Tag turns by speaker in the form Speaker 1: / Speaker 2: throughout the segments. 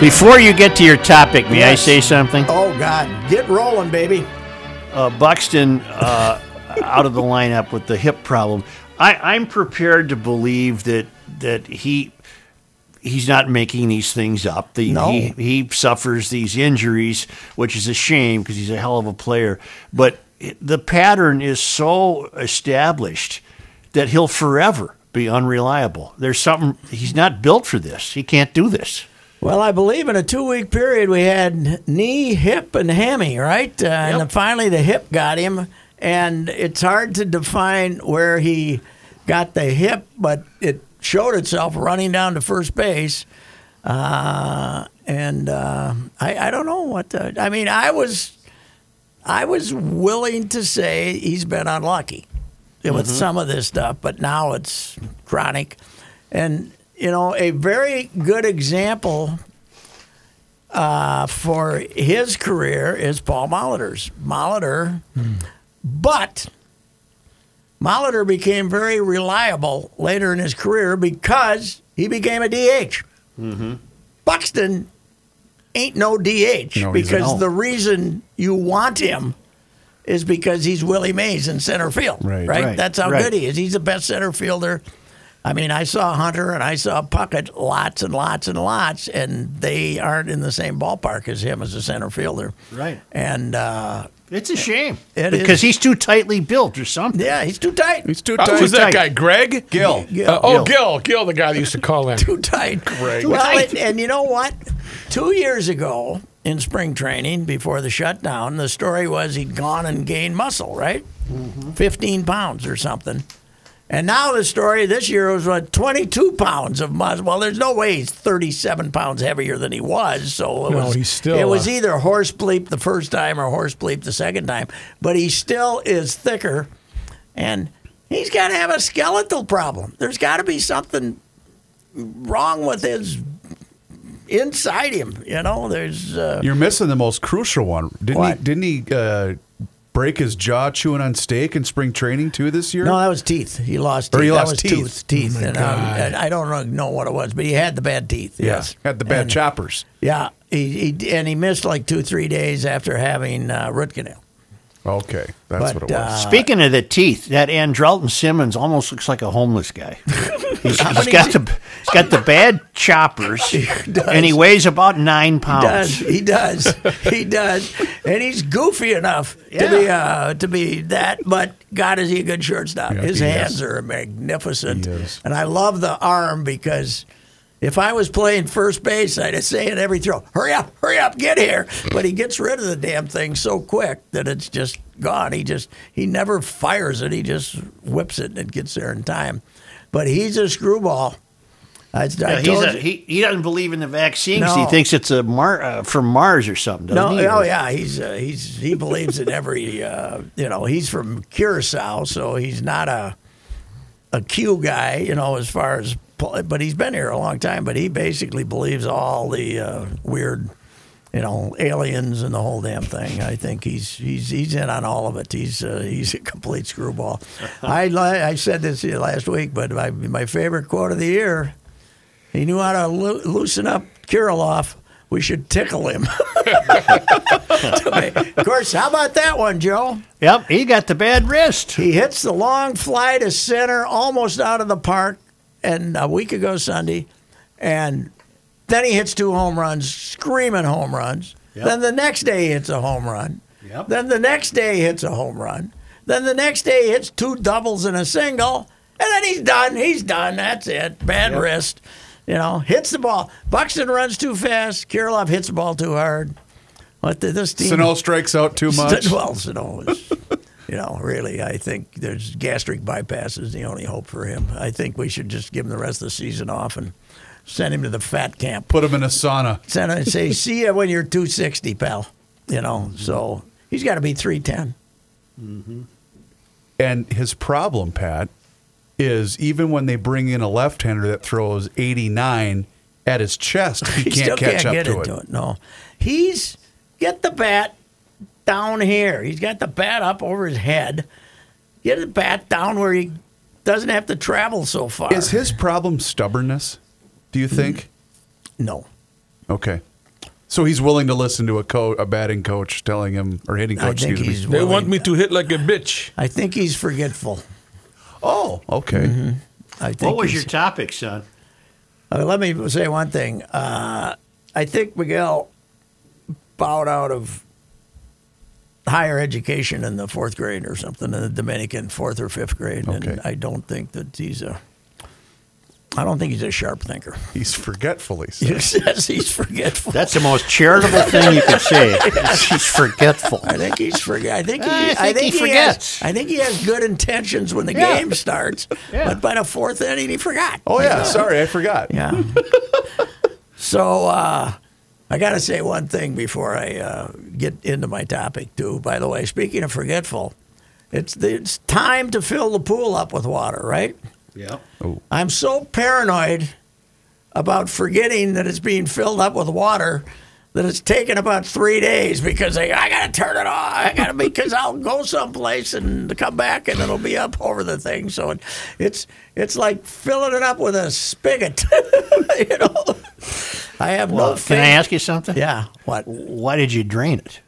Speaker 1: Before you get to your topic, may I
Speaker 2: Yes.
Speaker 1: say something?
Speaker 2: Oh, God. Get rolling, baby.
Speaker 1: Uh, Buxton uh, out of the lineup with the hip problem. I, I'm prepared to believe that that he he's not making these things up. The,
Speaker 2: No.
Speaker 1: he, he suffers these injuries, which is a shame because he's a hell of a player. But it- the pattern is so established that he'll forever be unreliable. There's something he's not built for this. He can't do this.
Speaker 2: Well, I believe in a two week period we had knee, hip, and hammy, right? Uh, And
Speaker 1: Yep.
Speaker 2: finally the hip got him. And it's hard to define where he got the hip, but it showed itself running down to first base. Uh, and uh, I, I don't know what the, I mean, I was. I was willing to say he's been unlucky with
Speaker 3: Mm-hmm.
Speaker 2: some of this stuff, but now it's chronic. And, you know, a very good example uh, for his career is Paul Molitor's. Molitor,
Speaker 3: Hmm.
Speaker 2: but Molitor became very reliable later in his career because he became a DH.
Speaker 3: Mm-hmm.
Speaker 2: Buxton ain't no DH
Speaker 3: No, he's
Speaker 2: because
Speaker 3: not.
Speaker 2: the reason you want him is because he's Willie Mays in center field.
Speaker 3: Right,
Speaker 1: right,
Speaker 2: That's how
Speaker 1: right.
Speaker 2: good he is. He's the best center fielder. I mean, I saw Hunter and I saw Puckett lots and lots and lots, and they aren't in the same ballpark as him as a center fielder.
Speaker 1: Right.
Speaker 2: And uh,
Speaker 1: It's a shame
Speaker 2: It is.
Speaker 1: because he's too tightly built or something.
Speaker 2: yeah, he's too tight.
Speaker 3: He's too
Speaker 4: Oh,
Speaker 3: tight.
Speaker 4: who's that
Speaker 1: tight.
Speaker 4: guy? Greg? Gil.
Speaker 2: Gil.
Speaker 4: oh, Gil. Gil, the guy that used to call in.
Speaker 2: too tight.
Speaker 4: Great.
Speaker 2: Well,
Speaker 1: tight.
Speaker 2: and- and you know what? Two years ago in spring training, before the shutdown, the story was he'd gone and gained muscle, right?
Speaker 1: Mm-hmm.
Speaker 2: 15 pounds or something. And now the story this year was what 22 pounds of muscle. Well, there's no way he's 37 pounds heavier than he was. So it
Speaker 4: No,
Speaker 2: was
Speaker 4: he's still,
Speaker 2: it was
Speaker 4: uh,
Speaker 2: either horse bleep the first time or horse bleep the second time. But he still is thicker, and he's got to have a skeletal problem. There's got to be something wrong with his inside him. You know, there's uh,
Speaker 3: You're missing the most crucial one. Didn't
Speaker 2: What?
Speaker 3: he? Didn't he uh, break his jaw chewing on steak in spring training too this year?
Speaker 2: no, that was teeth. He lost. Teeth.
Speaker 3: Or he
Speaker 2: that
Speaker 3: lost
Speaker 2: was
Speaker 3: teeth.
Speaker 2: tooth- teeth.
Speaker 4: Oh my
Speaker 2: and, um,
Speaker 4: God.
Speaker 2: and I don't know- know what it was, but he had the bad teeth.
Speaker 3: Yeah.
Speaker 2: Yes,
Speaker 3: Had the bad
Speaker 2: And-
Speaker 3: choppers.
Speaker 2: Yeah, he, he and he missed like two three days after having uh, root canal.
Speaker 3: Okay, that's
Speaker 2: But,
Speaker 3: what it was.
Speaker 2: uh,
Speaker 1: Speaking of the teeth, that Andrelton Simmons almost looks like a homeless guy. he's, he's
Speaker 2: many
Speaker 1: got
Speaker 2: is
Speaker 1: the he's got the bad choppers,
Speaker 2: does.
Speaker 1: and he weighs about nine pounds.
Speaker 2: Does he does he does, and he's goofy enough to be uh, to be that. But God, is he a good shortstop?
Speaker 3: Yeah,
Speaker 2: His
Speaker 3: he is.
Speaker 2: hands are magnificent,
Speaker 3: He is.
Speaker 2: and I love the arm because. If I was playing first base, I'd say at every throw, "Hurry up, hurry up, get here!" But he gets rid of the damn thing so quick that it's just gone. He just he never fires it. He just whips it and it gets there in time. But he's a screwball. I, I
Speaker 1: Yeah, he's
Speaker 2: told
Speaker 1: a,
Speaker 2: you-
Speaker 1: he, he doesn't believe in the vaccine 'cause
Speaker 2: No.
Speaker 1: he thinks it's a Mar, uh, from Mars or something. Doesn't
Speaker 2: No,
Speaker 1: he?
Speaker 2: oh yeah, he's uh, he's he believes in every uh, you know he's from Curacao, so he's not a a Q guy, you know, as far as pol- but he's been here a long time, but he basically believes all the uh, weird you know aliens and the whole damn thing. I think he's he's he's in on all of it. He's uh, he's a complete screwball. I li- I said this here last week, but my my favorite quote of the year. He knew how to loo- loosen up Kirilov. We should tickle him. To me. Of course, how about that one, Joe?
Speaker 1: Yep, he got the bad wrist.
Speaker 2: He hits the long fly to center, almost out of the park, and a week ago Sunday, and then he hits two home runs, screaming home runs.
Speaker 1: Yep.
Speaker 2: Then the next day he hits a home run.
Speaker 1: Yep.
Speaker 2: Then the next day he hits a home run. Then the next day he hits two doubles and a single, and then he's done. He's done. That's it. Bad wrist. You know, hits the ball. Buxton runs too fast. Kirilov hits the ball too hard. What did this team?
Speaker 3: Sano strikes out too much.
Speaker 2: Well, Sano is, you know, really, I think there's gastric bypass is the only hope for him. I think we should just give him the rest of the season off and send him to the fat camp.
Speaker 3: Put him in a sauna.
Speaker 2: Send him and say, see you when you're 260, pal. You know, so he's got to be 310.
Speaker 3: And his problem, Pat, is even when they bring in a left-hander that throws 89 at his chest, he, can't
Speaker 2: still
Speaker 3: catch
Speaker 2: can't
Speaker 3: up
Speaker 2: get
Speaker 3: to it.
Speaker 2: into it. No, he's get the bat down here. He's got the bat up over his head. Get the bat down where he doesn't have to travel so far. Mm-hmm.
Speaker 3: Is his problem stubbornness? Do you think?
Speaker 2: no.
Speaker 3: Okay. So he's willing to listen to a co- a batting coach telling him or hitting
Speaker 2: I
Speaker 3: coach.
Speaker 2: think
Speaker 3: excuse
Speaker 2: he's.
Speaker 3: me.
Speaker 4: They
Speaker 2: willing-
Speaker 4: want me to hit like a bitch.
Speaker 2: I think he's forgetful.
Speaker 3: Oh, okay.
Speaker 2: I think
Speaker 1: What was
Speaker 2: he's-
Speaker 1: your topic, son?
Speaker 2: Uh, let me say one thing. Uh, I think Miguel bowed out of higher education in the fourth grade or something in the Dominican fourth or fifth grade,
Speaker 3: Okay.
Speaker 2: and I don't think that he's a. I don't think he's a sharp thinker.
Speaker 3: He's forgetful. He said.
Speaker 2: He says he's forgetful.
Speaker 1: That's the most charitable thing you could say. He's forgetful.
Speaker 2: I think he's forget. I think he.
Speaker 1: I
Speaker 2: I
Speaker 1: think
Speaker 2: think,
Speaker 1: he
Speaker 2: he
Speaker 1: forgets.
Speaker 2: Has, I think he has good intentions when the
Speaker 1: Yeah.
Speaker 2: game starts,
Speaker 1: Yeah.
Speaker 2: but by the fourth inning he forgot.
Speaker 3: Oh yeah, sorry, I forgot.
Speaker 2: Yeah. so uh, I got to say one thing before I uh, get into my topic, too. By the way, speaking of forgetful, it's it's time to fill the pool up with water, right?
Speaker 1: Yeah.
Speaker 2: I'm so paranoid about forgetting that it's being filled up with water that it's taken about three days because I, I gotta turn it off. I gotta because I'll go someplace and come back and it'll be up over the thing. So it, it's it's like filling it up with a spigot. you know, I have no.
Speaker 1: Well, can I
Speaker 2: faith-
Speaker 1: ask you something?
Speaker 2: Yeah. What?
Speaker 1: Why did you drain it?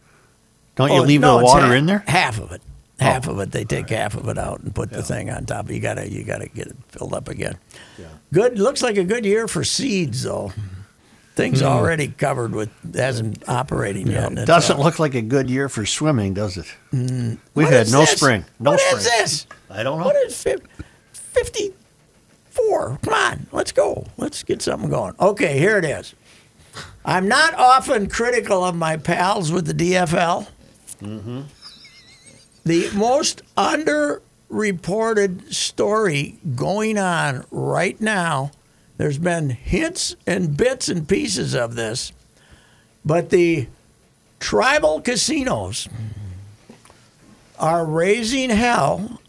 Speaker 1: Don't you
Speaker 2: Oh,
Speaker 1: leave
Speaker 2: no,
Speaker 1: the
Speaker 2: it's
Speaker 1: water
Speaker 2: ha-
Speaker 1: in there? Oh.
Speaker 2: Half of it. Half of it. They take half of it out and put the thing on top. You gotta you gotta get it filled up again. Good. Looks like a good year for seeds though. Things
Speaker 1: Hmm.
Speaker 2: already covered with hasn't operating yet. and it's,
Speaker 1: Doesn't
Speaker 2: uh,
Speaker 1: look like a good year for swimming, does it? We've
Speaker 2: Mm. what
Speaker 1: had
Speaker 2: is
Speaker 1: no
Speaker 2: this?
Speaker 1: spring. No
Speaker 2: What
Speaker 1: spring.
Speaker 2: is this?
Speaker 1: I don't know.
Speaker 2: What is fifty four? Come on, let's go. Let's get something going. Okay, here it is. I'm not often critical of my pals with the DFL.
Speaker 1: Mm-hmm.
Speaker 2: The most underreported story going on right now. There's been hints and bits and pieces of this, but the tribal casinos are raising hell.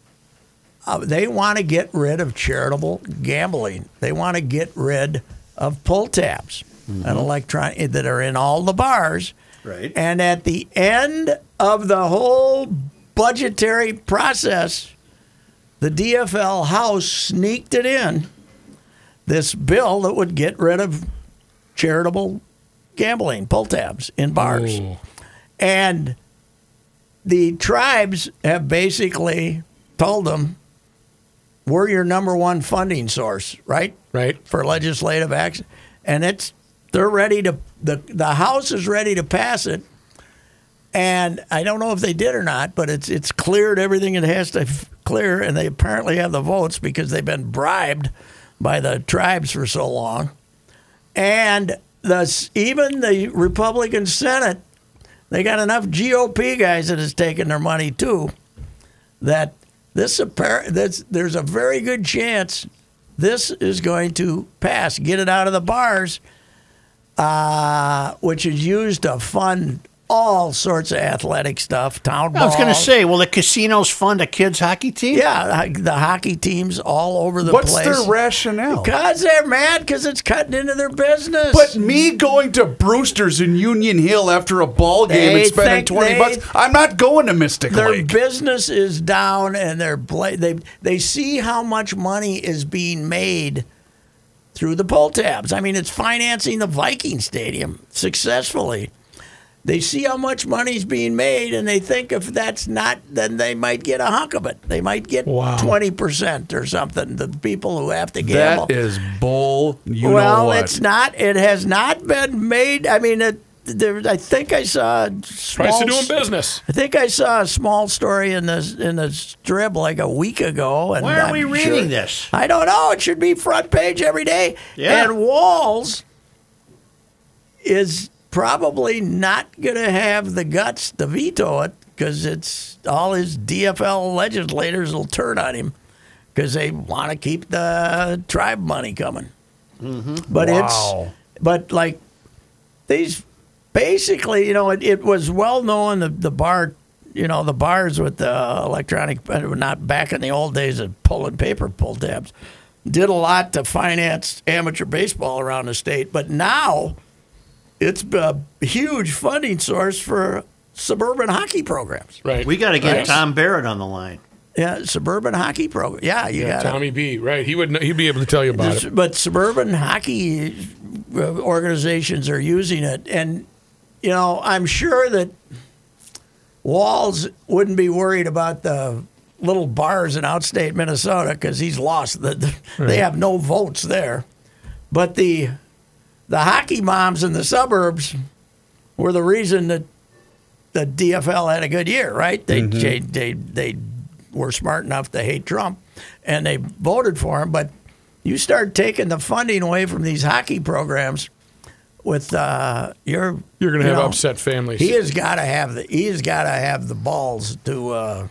Speaker 2: Uh, they want to get rid of charitable gambling. They want to get rid of pull tabs and electron eh, that are in all the bars.
Speaker 1: Right.
Speaker 2: And at the end of the whole budgetary process, the DFL House sneaked it in this bill that would get rid of charitable gambling pull tabs in bars.
Speaker 4: Oh.
Speaker 2: And the tribes have basically told them, we're your number one funding source, right?
Speaker 4: Right.
Speaker 2: For legislative action. And it's, they're ready to, the, the House is ready to pass it. And I don't know if they did or not, but it's, it's cleared everything it has to f- clear. And they apparently have the votes because they've been bribed by the tribes for so long. And the, even the Republican Senate they got enough GOP guys that has taken their money too. That this appar- that's there's a very good chance this is going to pass. Get it out of the bars, uh, which is used to fund all sorts of athletic stuff. Town ball.
Speaker 1: I was going to say, will the casinos fund a kids' hockey team?
Speaker 2: yeah, ho- the hockey teams all over the
Speaker 3: What's
Speaker 2: place.
Speaker 3: their rationale?
Speaker 2: Cause they're mad because it's cutting into their business.
Speaker 3: But me going to Brewster's in Union Hill after a ball game
Speaker 2: They
Speaker 3: and spending
Speaker 2: think
Speaker 3: twenty
Speaker 2: they-
Speaker 3: bucks, I'm not going to Mystic
Speaker 2: their
Speaker 3: Lake.
Speaker 2: business is down and they're bla- they they see how much money is being made through the pull tabs. I mean, it's financing the Viking Stadium successfully. They see how much money's being made, and they think if that's not, then they might get a hunk of it. They might get
Speaker 4: Wow.
Speaker 2: twenty percent or something. The people who have to gamble
Speaker 3: that is bull. You know
Speaker 2: well,
Speaker 3: what?
Speaker 2: it's not. It has not been made. I mean, it, there, I think I saw. a Small,
Speaker 4: Price of doing business.
Speaker 2: I think I saw a small story in the in the strip like a week ago. And
Speaker 1: Why are
Speaker 2: I'm
Speaker 1: we reading
Speaker 2: sure-
Speaker 1: this?
Speaker 2: I don't know. It should be front page every day.
Speaker 1: Yeah.
Speaker 2: And Walls is probably not going to have the guts to veto it because it's all his DFL legislators will turn on him because they want to keep the tribe money coming.
Speaker 1: Mm-hmm.
Speaker 2: But
Speaker 3: Wow.
Speaker 2: it's but like these basically, you know, it, it was well known the the bar, you know, the bars with the electronic, not back in the old days of pulling paper pull tabs, did a lot to finance amateur baseball around the state. But now, it's a huge funding source for suburban hockey programs.
Speaker 4: Right.
Speaker 1: We got to get
Speaker 4: Right.
Speaker 1: Tom Barrett on the line.
Speaker 2: Yeah, suburban hockey program. Yeah, you
Speaker 4: Yeah,
Speaker 2: got it.
Speaker 4: Tommy B. Right. He would. kn- He'd be able to tell you about
Speaker 2: This-
Speaker 4: it.
Speaker 2: But suburban hockey uh, organizations are using it, and you know, I'm sure that Walls wouldn't be worried about the little bars in outstate Minnesota because he's lost. The, the- They have no votes there. But the the hockey moms in the suburbs were the reason that the DFL had a good year, right? They
Speaker 4: Mm-hmm.
Speaker 2: they, they they were smart enough to hate Trump and they voted for him. But you start taking the funding away from these hockey programs with uh, your
Speaker 4: You're going to
Speaker 2: you
Speaker 4: have
Speaker 2: know,
Speaker 4: upset families
Speaker 2: He has got to have the he has got to have the balls to uh,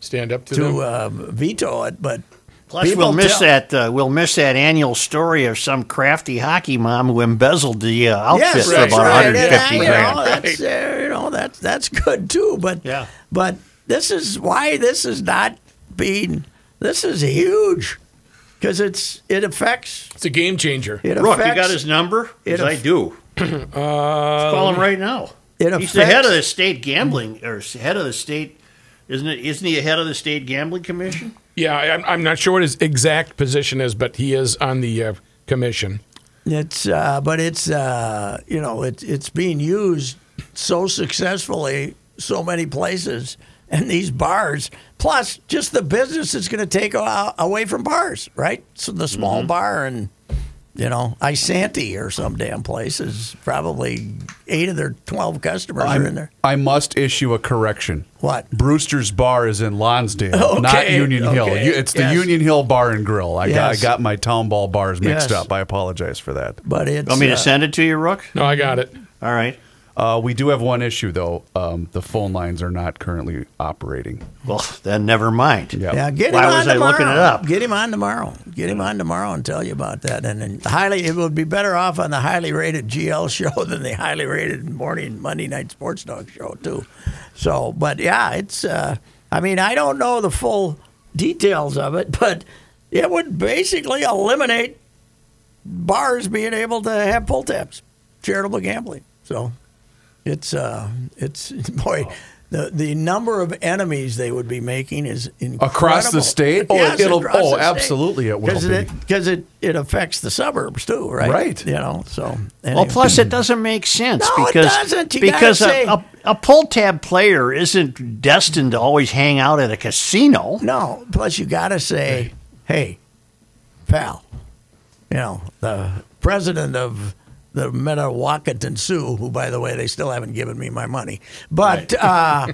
Speaker 4: stand up to, them.
Speaker 2: to uh, veto it, but.
Speaker 1: Plus,
Speaker 2: people
Speaker 1: we'll miss
Speaker 2: tell-
Speaker 1: that. Uh, we'll miss that annual story of some crafty hockey mom who embezzled the uh, outfit
Speaker 2: Yes,
Speaker 1: for
Speaker 2: that's
Speaker 1: about
Speaker 2: right.
Speaker 1: 150
Speaker 2: and, uh,
Speaker 1: grand.
Speaker 2: You know, that's, uh, you know that's that's good too. But
Speaker 1: Yeah.
Speaker 2: but this is why this is not being. This is huge because it's it affects
Speaker 4: it's a game changer.
Speaker 2: it
Speaker 1: Rook,
Speaker 2: affects
Speaker 1: you got his number?
Speaker 2: It
Speaker 1: Because I
Speaker 2: aff- Um,
Speaker 1: do.
Speaker 4: Uh,
Speaker 1: Call him right now.
Speaker 2: it
Speaker 1: He's the head
Speaker 2: affects-
Speaker 1: of the state gambling, or s- head of the state, isn't it? Isn't he the head of the state gambling commission?
Speaker 4: yeah, I, I'm- I'm not sure what his exact position is, but he is on the uh, commission.
Speaker 2: It's uh, but it's uh, you know it's it's being used so successfully so many places and these bars plus just the business it's going to take a- away from bars right so the small bar and you know Isanti or some damn place is probably eight of their twelve customers are in there
Speaker 3: I must issue a correction.
Speaker 2: what
Speaker 3: Brewster's Bar is in Lonsdale,
Speaker 2: Okay,
Speaker 3: not Union Hill.
Speaker 2: okay,
Speaker 3: You- It's the
Speaker 2: yes.
Speaker 3: Union Hill Bar and Grill. I got I
Speaker 2: Yes.
Speaker 3: got my town ball bars mixed
Speaker 2: Yes.
Speaker 3: up. I apologize for that.
Speaker 2: but it's
Speaker 1: Want me
Speaker 2: uh,
Speaker 1: to send it to you, Rook?
Speaker 4: No, I got it.
Speaker 1: All right.
Speaker 3: Uh, we do have one issue though. Um, the phone lines are not currently operating.
Speaker 1: Well, then never mind.
Speaker 3: Yeah.
Speaker 2: Yeah, get him
Speaker 1: Why
Speaker 2: on
Speaker 1: was I
Speaker 2: tomorrow.
Speaker 1: looking it up? Hmm.
Speaker 2: Get him on tomorrow. Get him on tomorrow and tell you about that. And then highly, it would be better off on the highly rated GL show than the highly rated morning Monday night sports dog show too. So, but yeah, it's. Uh, I mean, I don't know the full details of it, but it would basically eliminate bars being able to have pull tabs, charitable gambling. So, it's uh, it's boy. The, the number of enemies they would be making is incredible
Speaker 3: Across the state? Oh,
Speaker 2: yes,
Speaker 3: it'll-
Speaker 2: across
Speaker 3: oh,
Speaker 2: the state.
Speaker 3: absolutely it will
Speaker 2: 'Cause
Speaker 3: be.
Speaker 2: because it, it affects the suburbs too, right?
Speaker 3: Right.
Speaker 2: You know, so
Speaker 1: Well,
Speaker 2: anyway.
Speaker 1: plus it doesn't make sense
Speaker 2: No, it
Speaker 1: because
Speaker 2: doesn't. You gotta
Speaker 1: because
Speaker 2: say-
Speaker 1: a, a, a pull tab player isn't destined to always hang out at a casino.
Speaker 2: no, plus you got to say, hey, pal, you know the president of the Minnewakanton Sioux, who by the way they still haven't given me my money, but uh,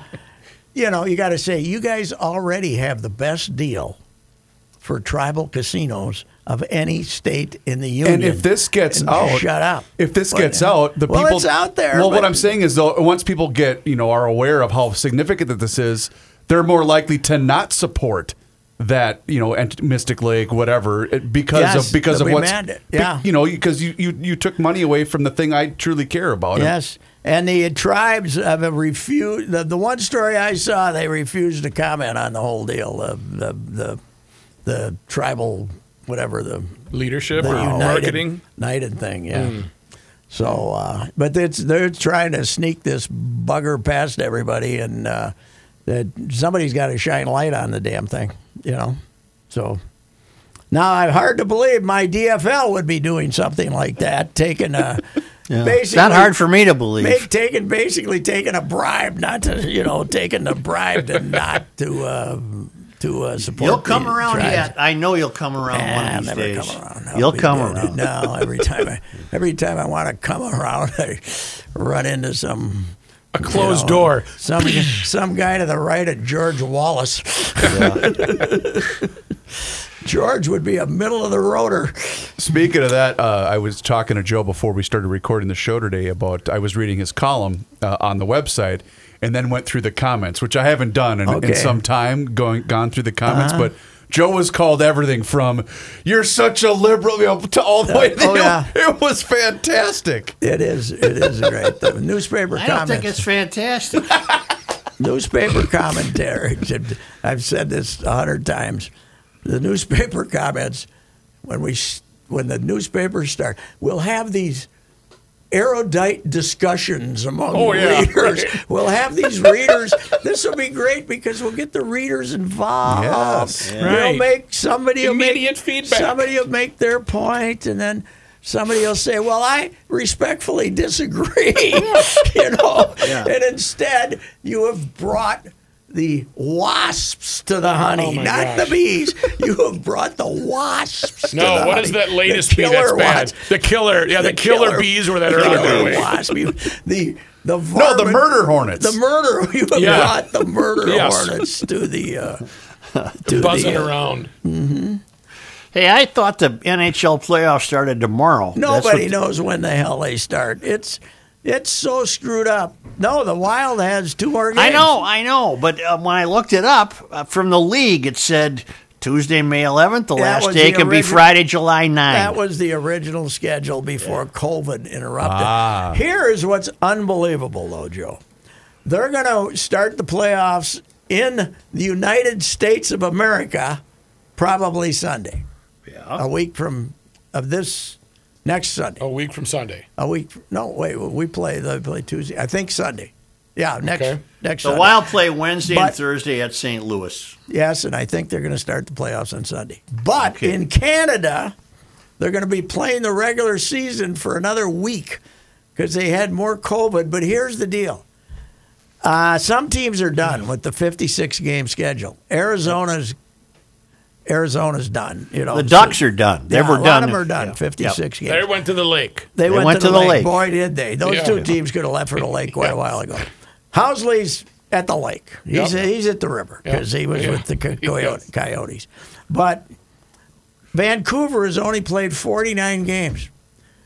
Speaker 2: you know you got to say you guys already have the best deal for tribal casinos of any state in the union.
Speaker 3: And if this gets
Speaker 2: And
Speaker 3: out,
Speaker 2: shut up.
Speaker 3: If this
Speaker 2: What-
Speaker 3: gets out, the
Speaker 2: Well,
Speaker 3: people
Speaker 2: it's out there,
Speaker 3: Well, what
Speaker 2: but-
Speaker 3: I'm saying is though, once people get you know are aware of how significant that this is, they're more likely to not support that you know and Mystic Lake whatever it- because
Speaker 2: Yes,
Speaker 3: of because
Speaker 2: they'll
Speaker 3: of
Speaker 2: be
Speaker 3: what's
Speaker 2: mad.
Speaker 3: be-
Speaker 2: Yeah.
Speaker 3: you know because you, you you took money away from the thing I truly care about.
Speaker 2: Yes, and the tribes have refused. The, the one story I saw, they refused to comment on the whole deal. The the the, the tribal whatever the,
Speaker 4: Leadership
Speaker 2: the
Speaker 4: or
Speaker 2: united,
Speaker 4: marketing.
Speaker 2: united thing. Yeah.
Speaker 1: Hmm.
Speaker 2: So, uh, but it's they're trying to sneak this bugger past everybody, and uh, that somebody's got to shine light on the damn thing, you know. So now I'm hard to believe my DFL would be doing something like that, taking a.
Speaker 1: It's not hard for me to believe.
Speaker 2: Make, taking basically taking a bribe, not to you know taking a bribe to not to uh, to uh, support.
Speaker 1: You'll come
Speaker 2: the
Speaker 1: around
Speaker 2: tribes.
Speaker 1: yet. I know you'll come around
Speaker 2: Nah,
Speaker 1: one of
Speaker 2: I'll
Speaker 1: these
Speaker 2: never
Speaker 1: days.
Speaker 2: come around. I'll
Speaker 1: You'll
Speaker 2: be
Speaker 1: come
Speaker 2: dead.
Speaker 1: around.
Speaker 2: No, every time I every time I want to come around, I run into some
Speaker 4: A closed
Speaker 2: you know,
Speaker 4: door.
Speaker 2: Some some guy to the right of George Wallace. George would be a middle of the roader.
Speaker 3: Speaking of that, uh, I was talking to Joe before we started recording the show today about I was reading his column uh, on the website and then went through the comments, which I haven't done in,
Speaker 2: Okay. Uh-huh.
Speaker 3: in some time, going gone through the comments, but. Joe was called everything from "You're such a liberal" you know, to all the way.
Speaker 2: oh,
Speaker 3: down.
Speaker 2: yeah.
Speaker 3: It was fantastic.
Speaker 2: It is it is great. The newspaper
Speaker 1: I don't
Speaker 2: comments.
Speaker 1: think it's fantastic.
Speaker 2: newspaper commentary. I've said this a hundred times. The newspaper comments when we s- when the newspapers start, we'll have these erudite discussions among
Speaker 4: Oh, yeah,
Speaker 2: readers. We'll have these readers. this will be great because we'll get the readers involved.
Speaker 3: Yes.
Speaker 2: We'll
Speaker 4: Right.
Speaker 2: make somebody will make-
Speaker 4: Immediate feedback.
Speaker 2: Somebody will make their point, and then somebody will say, "Well, I respectfully disagree," you know, and instead you have brought the wasps to the honey,
Speaker 4: Oh my
Speaker 2: not
Speaker 4: gosh.
Speaker 2: the bees. You have brought the wasps. to
Speaker 4: No,
Speaker 2: the
Speaker 4: what is
Speaker 2: honey.
Speaker 4: that latest
Speaker 2: The
Speaker 4: bee that's
Speaker 2: killer
Speaker 4: bad?
Speaker 2: wasp.
Speaker 4: The killer, yeah, the, killer, bees were that
Speaker 2: the
Speaker 4: earlier.
Speaker 2: killer
Speaker 4: way.
Speaker 2: wasp. You- The the
Speaker 3: No, the
Speaker 2: varmint-
Speaker 3: murder hornets.
Speaker 2: The murder. You have
Speaker 4: Yeah.
Speaker 2: brought the murder
Speaker 4: Yes.
Speaker 2: hornets to the uh, to
Speaker 4: buzzing
Speaker 2: the, uh,
Speaker 4: around.
Speaker 1: Hey, I thought the NHL playoffs started tomorrow. That's what-
Speaker 2: Nobody knows when the hell they start. It's it's so screwed up. No, the Wild has two more games.
Speaker 1: I know, I know. But uh, when I looked it up uh, from the league, it said Tuesday, May 11th. The last
Speaker 2: was
Speaker 1: day
Speaker 2: the
Speaker 1: can be
Speaker 2: origi-
Speaker 1: Friday, July 9th.
Speaker 2: That was the original schedule before COVID interrupted.
Speaker 3: Ah.
Speaker 2: Here is what's unbelievable, though, Joe. They're going to start the playoffs in the United States of America probably Sunday, a week from of this next Sunday.
Speaker 4: A week from Sunday.
Speaker 2: A week? No, wait. We play. They play Tuesday. I think Sunday. Yeah, next
Speaker 4: Okay.
Speaker 2: next.
Speaker 1: the
Speaker 2: Sunday.
Speaker 1: Wild play Wednesday and
Speaker 2: But-
Speaker 1: Thursday at St. Louis.
Speaker 2: Yes, and I think they're going to start the playoffs on Sunday. But
Speaker 1: Okay.
Speaker 2: in Canada, they're going to be playing the regular season for another week because they had more COVID. But here's the deal uh, some teams are done with the 56 game schedule. Arizona's Arizona's done. You know
Speaker 1: The Ducks are done. They
Speaker 2: Yeah,
Speaker 1: were
Speaker 2: a lot
Speaker 1: done.
Speaker 2: of them are done.
Speaker 1: Yeah.
Speaker 2: 56 games.
Speaker 4: They went to the lake.
Speaker 2: They, went, to, the, lake. Boy, did they. Those
Speaker 4: Yeah.
Speaker 2: two teams could have left for the lake quite a while ago. Housley's at the lake. He's,
Speaker 4: Yep.
Speaker 2: he's at the river because
Speaker 4: Yep.
Speaker 2: he was
Speaker 4: Yeah.
Speaker 2: with the co-
Speaker 4: He
Speaker 2: coyote,
Speaker 4: is.
Speaker 2: Coyotes. But Vancouver has only played 49 games.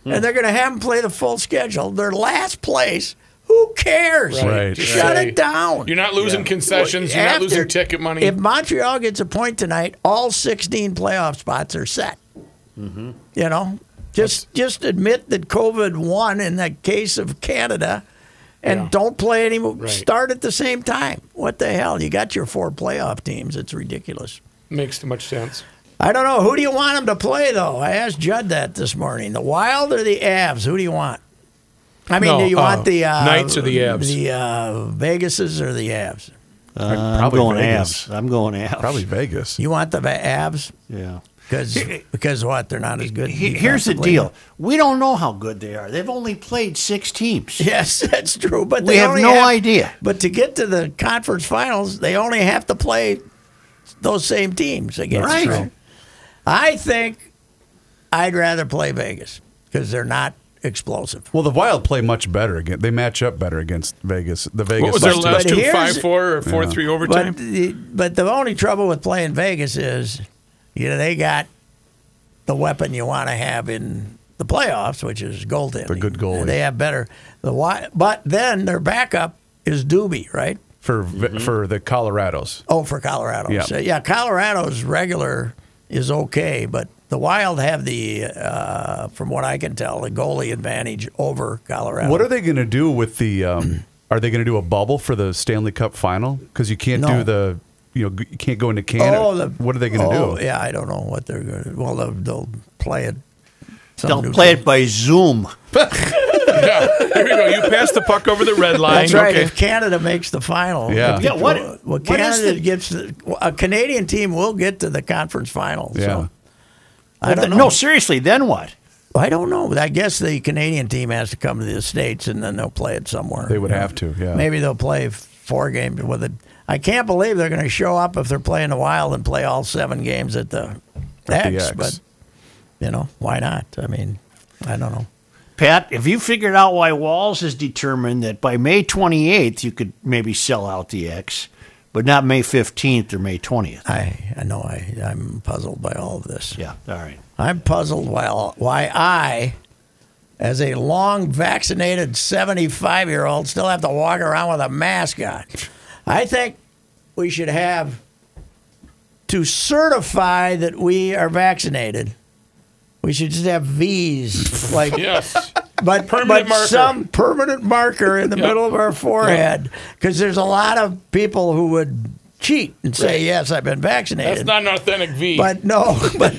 Speaker 2: And they're going to have them play the full schedule. They're last place. Who cares?
Speaker 3: Right.
Speaker 4: Just
Speaker 2: Shut
Speaker 4: say,
Speaker 2: it down.
Speaker 4: You're not losing concessions. You're not
Speaker 2: After-
Speaker 4: losing ticket money.
Speaker 2: If Montreal gets a point tonight, all 16 playoff spots are set.
Speaker 4: Mm-hmm.
Speaker 2: You know, just just admit that COVID won in the case of Canada, and
Speaker 4: Yeah.
Speaker 2: don't play any.
Speaker 4: Right.
Speaker 2: Start at the same time. What the hell? You got your four playoff teams. It's ridiculous.
Speaker 4: Makes too much sense.
Speaker 2: I don't know. Who do you want them to play, though? I asked Judd that this morning. The Wild or the Avs? Who do you want? I mean,
Speaker 4: No,
Speaker 2: do you
Speaker 4: uh,
Speaker 2: want the uh,
Speaker 4: Knights or the Avs?
Speaker 2: The uh, Vegases or the Avs?
Speaker 1: Uh, I'm
Speaker 3: Probably
Speaker 1: going
Speaker 3: Vegas.
Speaker 1: abs. I'm going abs.
Speaker 3: Probably Vegas.
Speaker 2: You want the Va- Avs?
Speaker 1: Yeah.
Speaker 2: Because because what? They're not as good.
Speaker 1: He- here's the
Speaker 2: defensively.
Speaker 1: deal. We don't know how good they are. They've only played six teams.
Speaker 2: Yes, that's true. But
Speaker 1: We
Speaker 2: they
Speaker 1: have
Speaker 2: only
Speaker 1: no idea.
Speaker 2: But to get to the conference finals, they only have to play those same teams against.
Speaker 1: That's
Speaker 2: them.
Speaker 1: true.
Speaker 2: I think I'd rather play Vegas because they're not explosive.
Speaker 3: Well, the Wild play much better. Again, they match up better against Vegas. The Vegas.
Speaker 4: What was their
Speaker 3: But-
Speaker 4: last
Speaker 2: but
Speaker 4: two?
Speaker 2: here's-
Speaker 4: Five four or four three overtime?
Speaker 2: But the, but the only trouble with playing Vegas is, you know, they got the weapon you want to have in the playoffs, which is goaltending.
Speaker 3: The good goalie.
Speaker 2: They have better the wi- but then their backup is Doobie, right?
Speaker 3: for for the Colorados.
Speaker 2: Oh, for Colorado.
Speaker 3: Yeah.
Speaker 2: So, yeah, Colorado's regular is okay, but the Wild have the, uh, from what I can tell, the goalie advantage over Colorado.
Speaker 3: What are they going to do with the? Um, are they going to do a bubble for the Stanley Cup final? Because you can't
Speaker 2: No.
Speaker 3: do the. You know, g- you can't go into Canada. what are they going to
Speaker 2: oh,
Speaker 3: do?
Speaker 2: Yeah, I don't know what they're going to. Well, they'll, they'll play it. some
Speaker 1: They'll
Speaker 2: new
Speaker 1: play
Speaker 2: team.
Speaker 1: it by Zoom.
Speaker 4: yeah. Here we go. You pass the puck over the red line.
Speaker 2: That's right.
Speaker 4: Okay.
Speaker 2: If Canada makes the final,
Speaker 3: Yeah.
Speaker 1: Yeah, what-
Speaker 2: Well,
Speaker 1: what is
Speaker 2: Canada
Speaker 1: the-
Speaker 2: gets the, a Canadian team will get to the conference final.
Speaker 3: Yeah.
Speaker 2: So I don't know.
Speaker 1: No, seriously, then what?
Speaker 2: I don't know. I guess the Canadian team has to come to the states, and then they'll play it somewhere.
Speaker 3: They would have to, yeah.
Speaker 2: Maybe they'll play four games with it. I can't believe they're going to show up if they're playing the Wild and play all seven games at the,
Speaker 3: At the
Speaker 2: X,
Speaker 3: X.
Speaker 2: But you know why not? I mean, I don't know.
Speaker 1: Pat, have you figured out why Walls has determined that by May 28th you could maybe sell out the X, but not May 15th or May 20th?
Speaker 2: I I know I I'm puzzled by all of this.
Speaker 1: Yeah, all right.
Speaker 2: I'm puzzled why why I, as a long vaccinated 75 year old, still have to walk around with a mask on. I think we should have to certify that we are vaccinated. We should just have V's like
Speaker 4: Yes.
Speaker 2: but,
Speaker 4: Permanent
Speaker 2: but
Speaker 4: marker.
Speaker 2: some permanent marker in the middle of our forehead because there's a lot of people who would cheat and say yes I've been vaccinated.
Speaker 4: That's not an authentic V.
Speaker 2: But no, but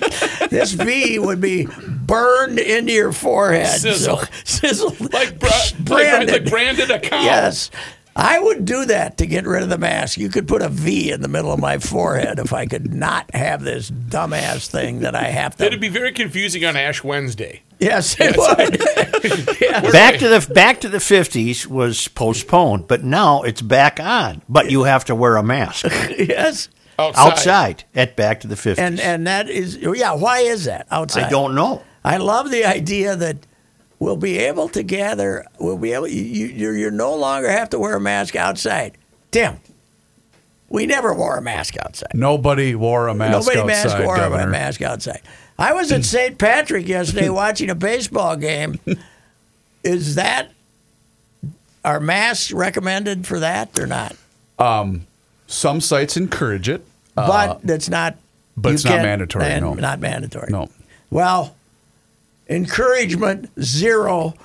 Speaker 2: this V would be burned into your forehead.
Speaker 4: Sizzle.
Speaker 2: So, sizzled.
Speaker 4: like, bra-
Speaker 2: branded.
Speaker 4: like, like branded a cow.
Speaker 2: Yes. I would do that to get rid of the mask. You could put a V in the middle of my forehead if I could not have this dumbass thing that I have to.
Speaker 4: It'd be very confusing on Ash Wednesday.
Speaker 2: Yes, it would. yeah.
Speaker 1: back to the back to the fifties was postponed, but now it's back on. But you have to wear a mask
Speaker 2: Yes.
Speaker 4: Outside.
Speaker 1: outside at Back to the Fifties.
Speaker 2: And and that is yeah. Why is that outside?
Speaker 1: I don't know.
Speaker 2: I love the idea that we'll be able to gather. We'll be able. You you you no longer have to wear a mask outside. Tim, we never wore a mask outside.
Speaker 3: Nobody wore a mask
Speaker 2: Nobody
Speaker 3: outside,
Speaker 2: mask wore
Speaker 3: Governor.
Speaker 2: a mask outside. I was at St. Patrick yesterday watching a baseball game. Is that are masks recommended for that or not?
Speaker 3: Some sites encourage it. Uh,
Speaker 2: But that's not.
Speaker 3: but
Speaker 2: you
Speaker 3: it's not
Speaker 2: can't-
Speaker 3: mandatory,
Speaker 2: and
Speaker 3: no.
Speaker 2: not mandatory.
Speaker 3: No.
Speaker 2: Well, encouragement zero,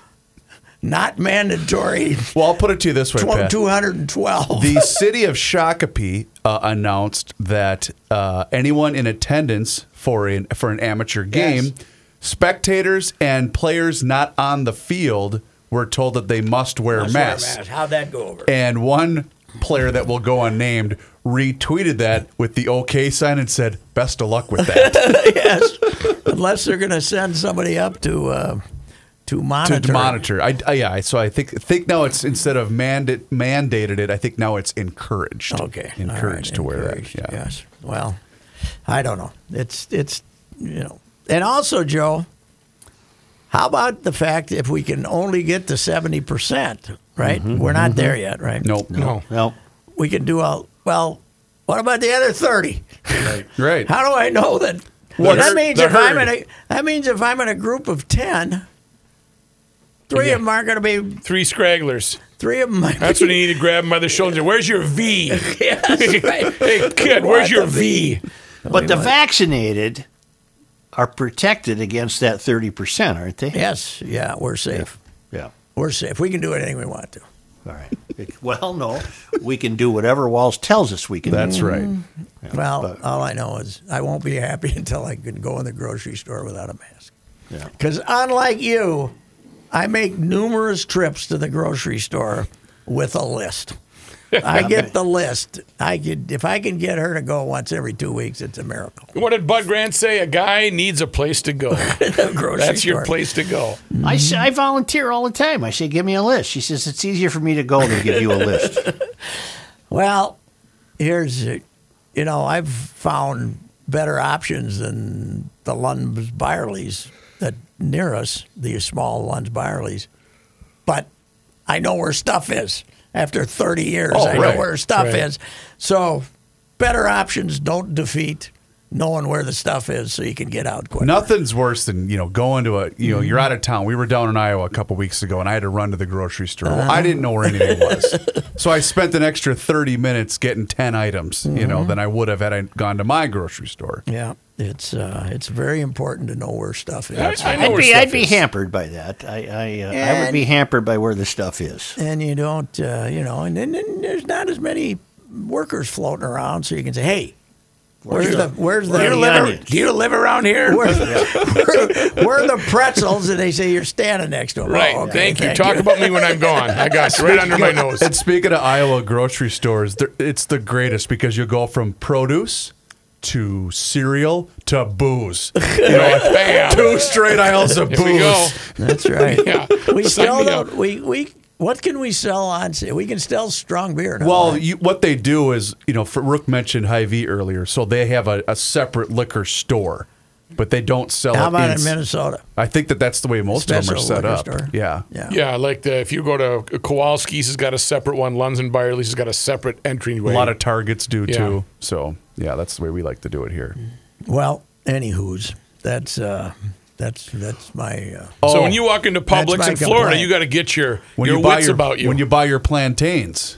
Speaker 2: not mandatory.
Speaker 3: well, I'll put it to you this way, Pat.
Speaker 2: Two hundred and twelve.
Speaker 3: the city of Shakopee uh, announced that uh, anyone in attendance for an for an amateur game,
Speaker 2: Yes.
Speaker 3: spectators and players not on the field were told that they must wear masks.
Speaker 2: How'd that go over?
Speaker 3: And one player that will go unnamed retweeted that with the OK sign and said, "Best of luck with that."
Speaker 2: yes, unless they're going to send somebody up to uh, to monitor.
Speaker 3: to monitor. I, I yeah. I- So I think think now it's instead of manda- mandated it. I think now it's encouraged.
Speaker 2: Okay, all right,
Speaker 3: encouraged to wear
Speaker 2: encouraged,
Speaker 3: that. Yeah.
Speaker 2: Yes. Well, I don't know. It's it's you know, and also Joe. How about the fact if we can only get to seventy percent, right?
Speaker 4: Mm-hmm.
Speaker 2: We're not there yet, right?
Speaker 3: Nope.
Speaker 4: No.
Speaker 1: Well,
Speaker 2: We can do all well. What about the other thirty?
Speaker 3: Right.
Speaker 2: How do I know that?
Speaker 4: Well,
Speaker 2: that
Speaker 4: the-
Speaker 2: means
Speaker 4: the
Speaker 2: if I'm in
Speaker 4: herd.
Speaker 2: a that means if I'm in a group of ten, three
Speaker 4: Yeah.
Speaker 2: of them aren't going to be.
Speaker 4: Three scragglers.
Speaker 2: Three of them. Might
Speaker 4: That's
Speaker 2: be,
Speaker 4: when you need to grab them by the shoulder. Where's your V?
Speaker 2: Yes, right.
Speaker 4: hey, kid,
Speaker 2: We want
Speaker 4: where's your
Speaker 2: the
Speaker 4: V?
Speaker 1: but the vaccinated are protected against that thirty percent, aren't they?
Speaker 2: Yes. Yeah, we're safe.
Speaker 1: Yeah.
Speaker 2: We're safe. We can do anything we want to.
Speaker 1: All right. Well, no, we can do whatever Walls tells us we can. do.
Speaker 3: That's
Speaker 2: Mm.
Speaker 3: right.
Speaker 2: well, all I know is I won't be happy until I can go in the grocery store without a mask.
Speaker 1: Yeah.
Speaker 2: Because unlike you, I make numerous trips to the grocery store with a list. I get the list. I could if I can get her to go once every two weeks, it's a miracle.
Speaker 4: What did Bud Grant say? A guy needs a place to go.
Speaker 2: The grocery
Speaker 4: That's your
Speaker 2: store.
Speaker 4: place to go.
Speaker 1: I, say, I volunteer all the time. I say, give me a list. She says, it's easier for me to go than give you a list.
Speaker 2: Well, here's you know I've found better options than the Lund's Byerleys that near us, the small Lund's Byerleys, but I know where stuff is. After 30 years,
Speaker 4: Oh,
Speaker 2: I
Speaker 4: right,
Speaker 2: know where stuff
Speaker 4: right.
Speaker 2: is. So better options don't defeat knowing where the stuff is, so you can get out quick.
Speaker 3: Nothing's worse than you know going to a you know you're out of town. We were down in Iowa a couple weeks ago, and I had to run to the grocery store. Well, I didn't know where anything was, so I spent an extra thirty minutes getting ten items. You know, than I would have had I gone to my grocery store.
Speaker 2: Yeah, it's uh, it's very important to know where stuff is.
Speaker 4: I, I know
Speaker 1: I'd
Speaker 4: where
Speaker 1: be,
Speaker 4: stuff
Speaker 1: I'd be
Speaker 4: is.
Speaker 1: hampered by that. I, I, uh, I would
Speaker 2: And-
Speaker 1: be hampered by where the stuff is.
Speaker 2: and you don't, uh, you know, and then, then there's not as many workers floating around, so you can say, hey, where's the, where's the,
Speaker 1: where are the onions?
Speaker 2: do you live around here? Where, where, where are the pretzels? And they say you're standing next to them.
Speaker 4: Right.
Speaker 2: Oh, okay,
Speaker 4: thank you. Talk about me when I'm gone. I got you right under my nose.
Speaker 3: And speaking of Iowa grocery stores, they're- it's the greatest because you go from produce to cereal to booze. You know, like,
Speaker 4: Bam.
Speaker 3: two straight aisles of
Speaker 4: Here we go.
Speaker 3: booze.
Speaker 2: That's right.
Speaker 4: Yeah.
Speaker 2: We
Speaker 4: Sign
Speaker 2: still
Speaker 4: me up.
Speaker 2: don't, we, we, what can we sell on? sa- We can sell strong beer. Now,
Speaker 3: Well,
Speaker 2: right?
Speaker 3: you, what they do is, you know, for, Rook mentioned Hy-Vee earlier, so they have a, a separate liquor store, but they don't sell.
Speaker 2: how
Speaker 3: it
Speaker 2: about in
Speaker 3: s-
Speaker 2: Minnesota?
Speaker 3: I think that that's the way most of them are
Speaker 2: Special
Speaker 3: set
Speaker 2: liquor
Speaker 3: up.
Speaker 2: store.
Speaker 3: Yeah.
Speaker 2: Yeah.
Speaker 4: Yeah, like the, if you go to Kowalski's, has got a separate one. Lunds and Byerly's has got a separate entryway.
Speaker 3: a lot of targets do
Speaker 4: Yeah. Mm-hmm.
Speaker 3: too. So yeah, that's the way we like to do it here.
Speaker 2: Well, anywho's, that's, uh, that's, that's my, uh,
Speaker 4: so
Speaker 3: Oh.
Speaker 4: when you walk into
Speaker 2: That's
Speaker 4: Publix
Speaker 2: my
Speaker 4: in Florida,
Speaker 2: complaint.
Speaker 4: you got to get your your wits about you.
Speaker 3: when you buy your plantains,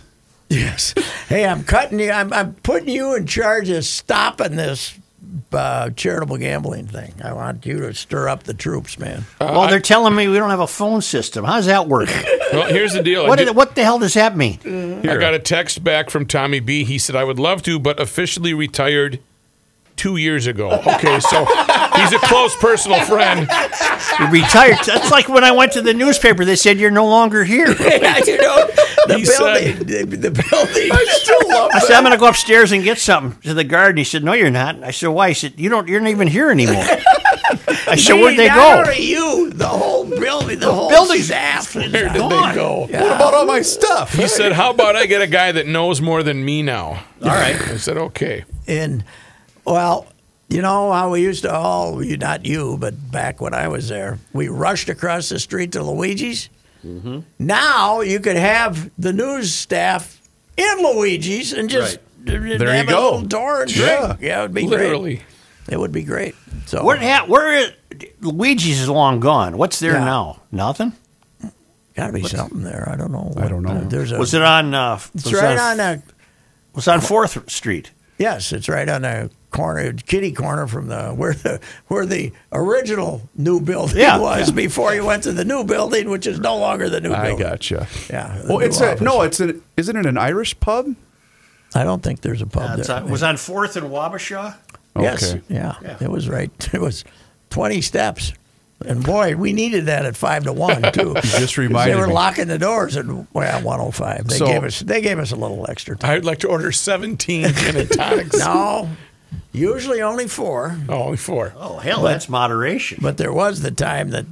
Speaker 2: Yes. Hey, I'm cutting you. I'm, I'm putting you in charge of stopping this uh, charitable gambling thing. I want you to stir up the troops, man.
Speaker 4: Uh,
Speaker 1: well, they're telling me we don't have a phone system. How's that work?
Speaker 4: well, here's the deal. I
Speaker 1: what,
Speaker 4: Oh, did-
Speaker 1: did, what the hell does that mean?
Speaker 4: I got a text back from Tommy B. He said, I would love to, but officially retired two years ago. Okay, so he's a close personal friend.
Speaker 1: You're retired. That's like when I went to the newspaper. They said you're no longer here. I
Speaker 2: you know, the
Speaker 4: He
Speaker 2: building. the, the building. I still love
Speaker 1: said I'm going to go upstairs and get something to the garden. He said, No, you're not. I said, Why? He said, You don't. You're not even here anymore. I said, where'd they go?
Speaker 2: not only you, the whole building, the whole
Speaker 1: Building's-
Speaker 2: staff. Where
Speaker 4: Where did they go?
Speaker 3: What about all my stuff?
Speaker 4: He said, "How about I get a guy that knows more than me now?"
Speaker 5: All right.
Speaker 4: I said, "Okay."
Speaker 2: And well, you know how we used to all you not you, but back when I was there, we rushed across the street to Luigi's.
Speaker 3: Mm-hmm.
Speaker 2: Now you could have the news staff in Luigi's and just
Speaker 3: There
Speaker 2: have
Speaker 3: you
Speaker 2: a
Speaker 3: go.
Speaker 2: little door and drink.
Speaker 3: Yeah.
Speaker 2: Yeah, it would be
Speaker 4: Literally,
Speaker 2: great. It would be great. So
Speaker 1: What hap- where is Luigi's is long gone. What's there
Speaker 2: Yeah.
Speaker 1: now? Nothing?
Speaker 2: gotta be something there. I don't know.
Speaker 3: I don't know.
Speaker 2: There's a.
Speaker 1: Was it on uh
Speaker 2: it's
Speaker 1: was
Speaker 2: right
Speaker 1: on, uh,
Speaker 2: on a.
Speaker 1: was on 4th Street?
Speaker 2: Yes, it's right on the corner, kitty corner from the where the where the original new building
Speaker 1: Yeah,
Speaker 2: was before you went to the new building, which is no longer the new
Speaker 3: I
Speaker 2: building.
Speaker 3: gotcha.
Speaker 2: Yeah. the
Speaker 3: Well,
Speaker 2: new
Speaker 3: it's a,
Speaker 2: office.
Speaker 3: no, it's an isn't it an Irish pub?
Speaker 2: I don't think there's a pub
Speaker 1: Uh, it's
Speaker 2: there.
Speaker 1: on- was on 4th and Wabasha?
Speaker 2: yes.
Speaker 3: Okay.
Speaker 2: Yeah,
Speaker 1: Yeah.
Speaker 2: It was right. It was twenty steps. And boy, we needed that at five to one too.
Speaker 3: just
Speaker 2: 'Cause
Speaker 3: reminded
Speaker 2: They were
Speaker 3: me.
Speaker 2: locking the doors at well, one oh five. They
Speaker 3: So-
Speaker 2: gave us they gave us a little extra time.
Speaker 4: I'd like to order seventeen gin and tonics.
Speaker 2: No. Usually only four.
Speaker 4: Oh, only four.
Speaker 1: Oh hell, that's moderation.
Speaker 2: But there was the time that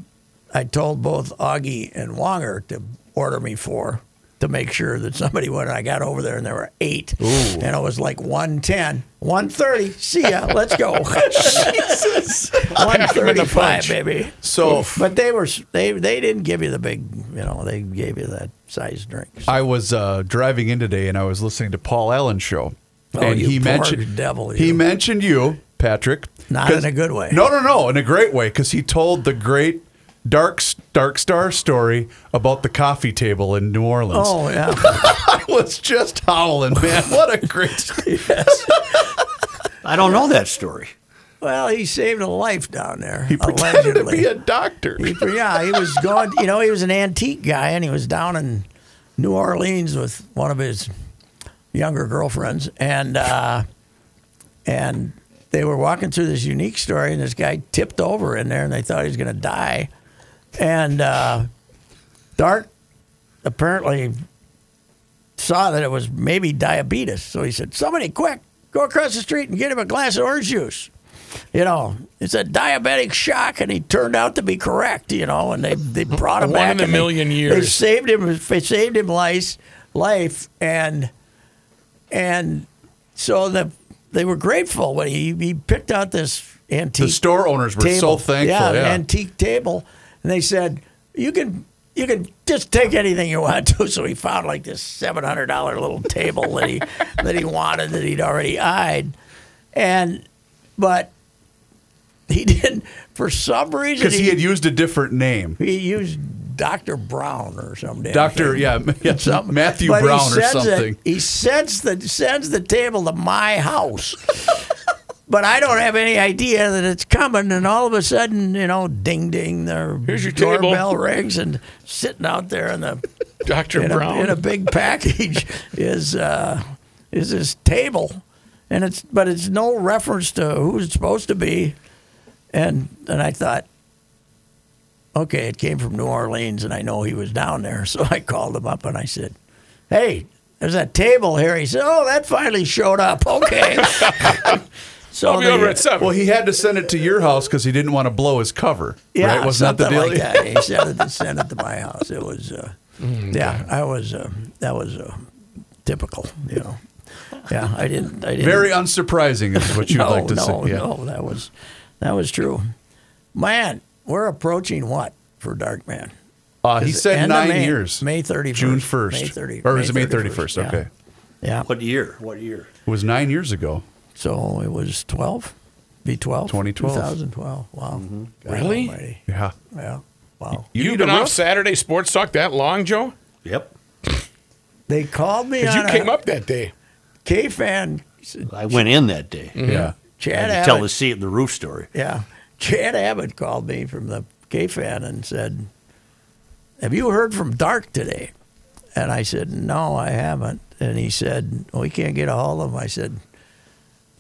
Speaker 2: I told both Augie and Wonger to order me four to make sure that somebody went. I got over there and there were eight. And it was like 110, 130. See ya. Let's go. Jesus. 135,
Speaker 4: punch.
Speaker 2: baby.
Speaker 3: So
Speaker 2: But they were they they didn't give you the big, you know, they gave you that size drink.
Speaker 3: I was uh, driving in today and I was listening to Paul Allen's show.
Speaker 2: Oh,
Speaker 3: and
Speaker 2: you
Speaker 3: he
Speaker 2: poor
Speaker 3: mentioned
Speaker 2: devil,
Speaker 3: he
Speaker 2: you.
Speaker 3: mentioned you, Patrick.
Speaker 2: Not in
Speaker 3: 'cause-
Speaker 2: a good way.
Speaker 3: No, no, no, in a great way cuz he told the great Dark S- Dark Star story about the coffee table in New Orleans.
Speaker 2: Oh yeah.
Speaker 3: I was just howling, man. What a great story.
Speaker 1: I don't know that story.
Speaker 2: well, he saved a life down there.
Speaker 3: He pretended to
Speaker 2: allegedly.
Speaker 3: be a doctor.
Speaker 2: He- yeah, he was going. You know, he was an antique guy, and he was down in New Orleans with one of his younger girlfriends, and uh, and they were walking through this unique story, and this guy tipped over in there, and they thought he was going to die, and uh, Dart apparently saw that it was maybe diabetes, so he said, "Somebody, quick, go across the street and get him a glass of orange juice." you know, it's a diabetic shock, and he turned out to be correct, you know, and they, they brought him
Speaker 4: One
Speaker 2: back.
Speaker 4: in a
Speaker 2: and they-
Speaker 4: million
Speaker 2: They
Speaker 4: years.
Speaker 2: saved him. They saved him life, life, and and so the they were grateful when he, he picked out this antique.
Speaker 3: The store owners were
Speaker 2: table.
Speaker 3: so thankful. Yeah,
Speaker 2: an antique table, and they said you can you can just take anything you want to. So he found like this seven hundred dollar little table that he that he wanted that he'd already eyed, and but he didn't for some reason
Speaker 3: because he had used a different name.
Speaker 2: he used Doctor Brown or something.
Speaker 3: Doctor, yeah, yeah,
Speaker 2: Something.
Speaker 3: Matthew
Speaker 2: But he
Speaker 3: Brown or
Speaker 2: sends it-
Speaker 3: something.
Speaker 2: he sends the sends the table to my house. but I don't have any idea that it's coming and all of a sudden, you know, ding ding their
Speaker 4: Here's your table.
Speaker 2: doorbell rings and sitting out there in the
Speaker 4: Doctor
Speaker 2: in a,
Speaker 4: Brown.
Speaker 2: in a big package is uh, is this table. And it's but it's no reference to who it's supposed to be. And and I thought okay, it came from New Orleans, and I know he was down there. So I called him up and I said, hey, there's that table here. He said, oh, that finally showed up. Okay. so
Speaker 4: I'll be
Speaker 2: the-
Speaker 4: over at seven.
Speaker 3: Well, he had to send it to your house because he didn't want to blow his cover.
Speaker 2: yeah,
Speaker 3: right? Wasn't
Speaker 2: something
Speaker 3: that the deal?
Speaker 2: like
Speaker 3: Mm,
Speaker 2: that. He sent it, sent it to my house. It was, uh, yeah, I was, uh, that was uh, typical, you know. Yeah, I didn't, I didn't.
Speaker 3: Very unsurprising is what you'd
Speaker 2: no,
Speaker 3: like to
Speaker 2: no,
Speaker 3: say. Yeah.
Speaker 2: no, that was, that was true. Man, we're approaching what for Dark Man?
Speaker 3: Uh, he
Speaker 2: Is it
Speaker 3: said
Speaker 2: end of
Speaker 3: nine
Speaker 2: May-
Speaker 3: years.
Speaker 2: May 31st.
Speaker 3: June
Speaker 2: May
Speaker 3: 1st.
Speaker 2: 30,
Speaker 3: or was it May 31st?
Speaker 2: yeah.
Speaker 3: Okay.
Speaker 2: Yeah.
Speaker 1: What year? What year?
Speaker 3: It was nine years ago.
Speaker 2: So it was 12? Be 12?
Speaker 3: 2012.
Speaker 2: 2012. Wow.
Speaker 3: Mm-hmm.
Speaker 2: God
Speaker 4: Really?
Speaker 2: almighty.
Speaker 3: Yeah.
Speaker 2: Yeah. Wow.
Speaker 4: you
Speaker 3: need
Speaker 4: have
Speaker 3: a
Speaker 4: been off
Speaker 3: rough-
Speaker 4: Saturday sports talk that long, Joe?
Speaker 1: Yep.
Speaker 2: They called me
Speaker 4: Because
Speaker 2: on
Speaker 4: you came
Speaker 2: a
Speaker 4: up that day.
Speaker 2: K-Fan.
Speaker 1: I went in that day.
Speaker 3: Yeah.
Speaker 1: I
Speaker 2: Chad
Speaker 1: had to
Speaker 2: Abbott.
Speaker 1: tell the seat the roof story.
Speaker 2: Yeah. Chad Abbott called me from the K-Fan and said, have you heard from Dark today? And I said, no, I haven't. And he said, well, we can't get a hold of him. I said,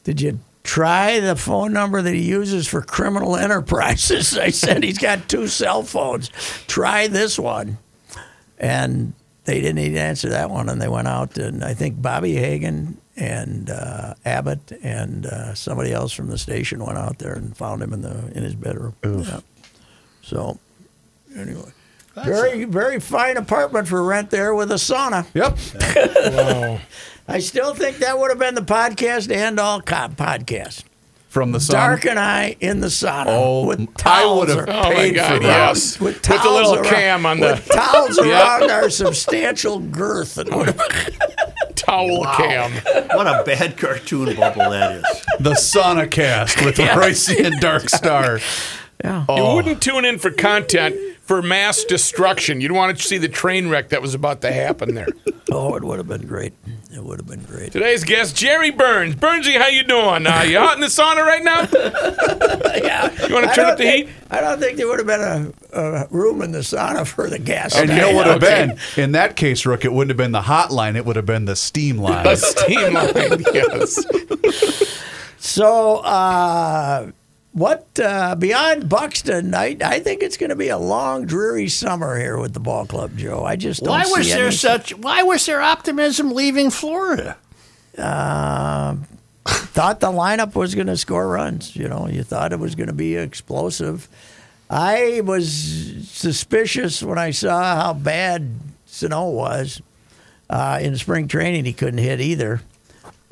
Speaker 2: did you try the phone number that he uses for criminal enterprises? I said, he's got two cell phones. Try this one. And they didn't even answer that one. And they went out, and I think Bobby Hagan and uh, Abbott and uh, somebody else from the station went out there and found him in the in his bedroom. Yeah. So anyway, very very fine apartment for rent there with a sauna.
Speaker 4: Mm-hmm.
Speaker 3: Yep.
Speaker 4: Oh,
Speaker 2: I still think that would have been the podcast and all cop podcast.
Speaker 3: From the sun.
Speaker 2: Dark and I in the sauna
Speaker 3: Oh, I
Speaker 2: with towels.
Speaker 3: would've-
Speaker 2: ar-
Speaker 4: Oh my
Speaker 3: Paid for
Speaker 4: God!
Speaker 3: that.
Speaker 4: Yes,
Speaker 2: With,
Speaker 4: with, the
Speaker 2: towels
Speaker 4: little
Speaker 2: around-
Speaker 4: cam on
Speaker 2: with
Speaker 4: the
Speaker 2: towels around our substantial girth.
Speaker 4: Oh,
Speaker 2: And whatever.
Speaker 4: towel cam.
Speaker 1: What a bad cartoon bubble that is.
Speaker 3: The sauna cast with Racy and Dark Star.
Speaker 2: Yeah.
Speaker 4: You wouldn't tune in for content for mass destruction. You'd want to see the train wreck that was about to happen there.
Speaker 2: Oh, it would have been great. It would have been great.
Speaker 4: Today's guest, Jerry Burns. Burnsy, how you doing? Uh, you hot in the sauna right now?
Speaker 2: yeah.
Speaker 4: You want to turn up the heat?
Speaker 2: I don't think there would have been a, a room in the sauna for the gas.
Speaker 3: And you know
Speaker 2: tank.
Speaker 3: what would have
Speaker 4: okay.
Speaker 3: been? In that case, Rook, it wouldn't have been the hot line. It would have been the steam line.
Speaker 4: A steam line, yes.
Speaker 2: So, uh, what uh, beyond Buxton? I, I think it's going to be a long, dreary summer here with the ball club, Joe. I just don't
Speaker 1: Why was
Speaker 2: see
Speaker 1: there
Speaker 2: any-
Speaker 1: such? Why was there optimism leaving Florida?
Speaker 2: thought the lineup was going to score runs. You know, you thought it was going to be explosive. I was suspicious when I saw how bad Sano was uh, in spring training. He couldn't hit either,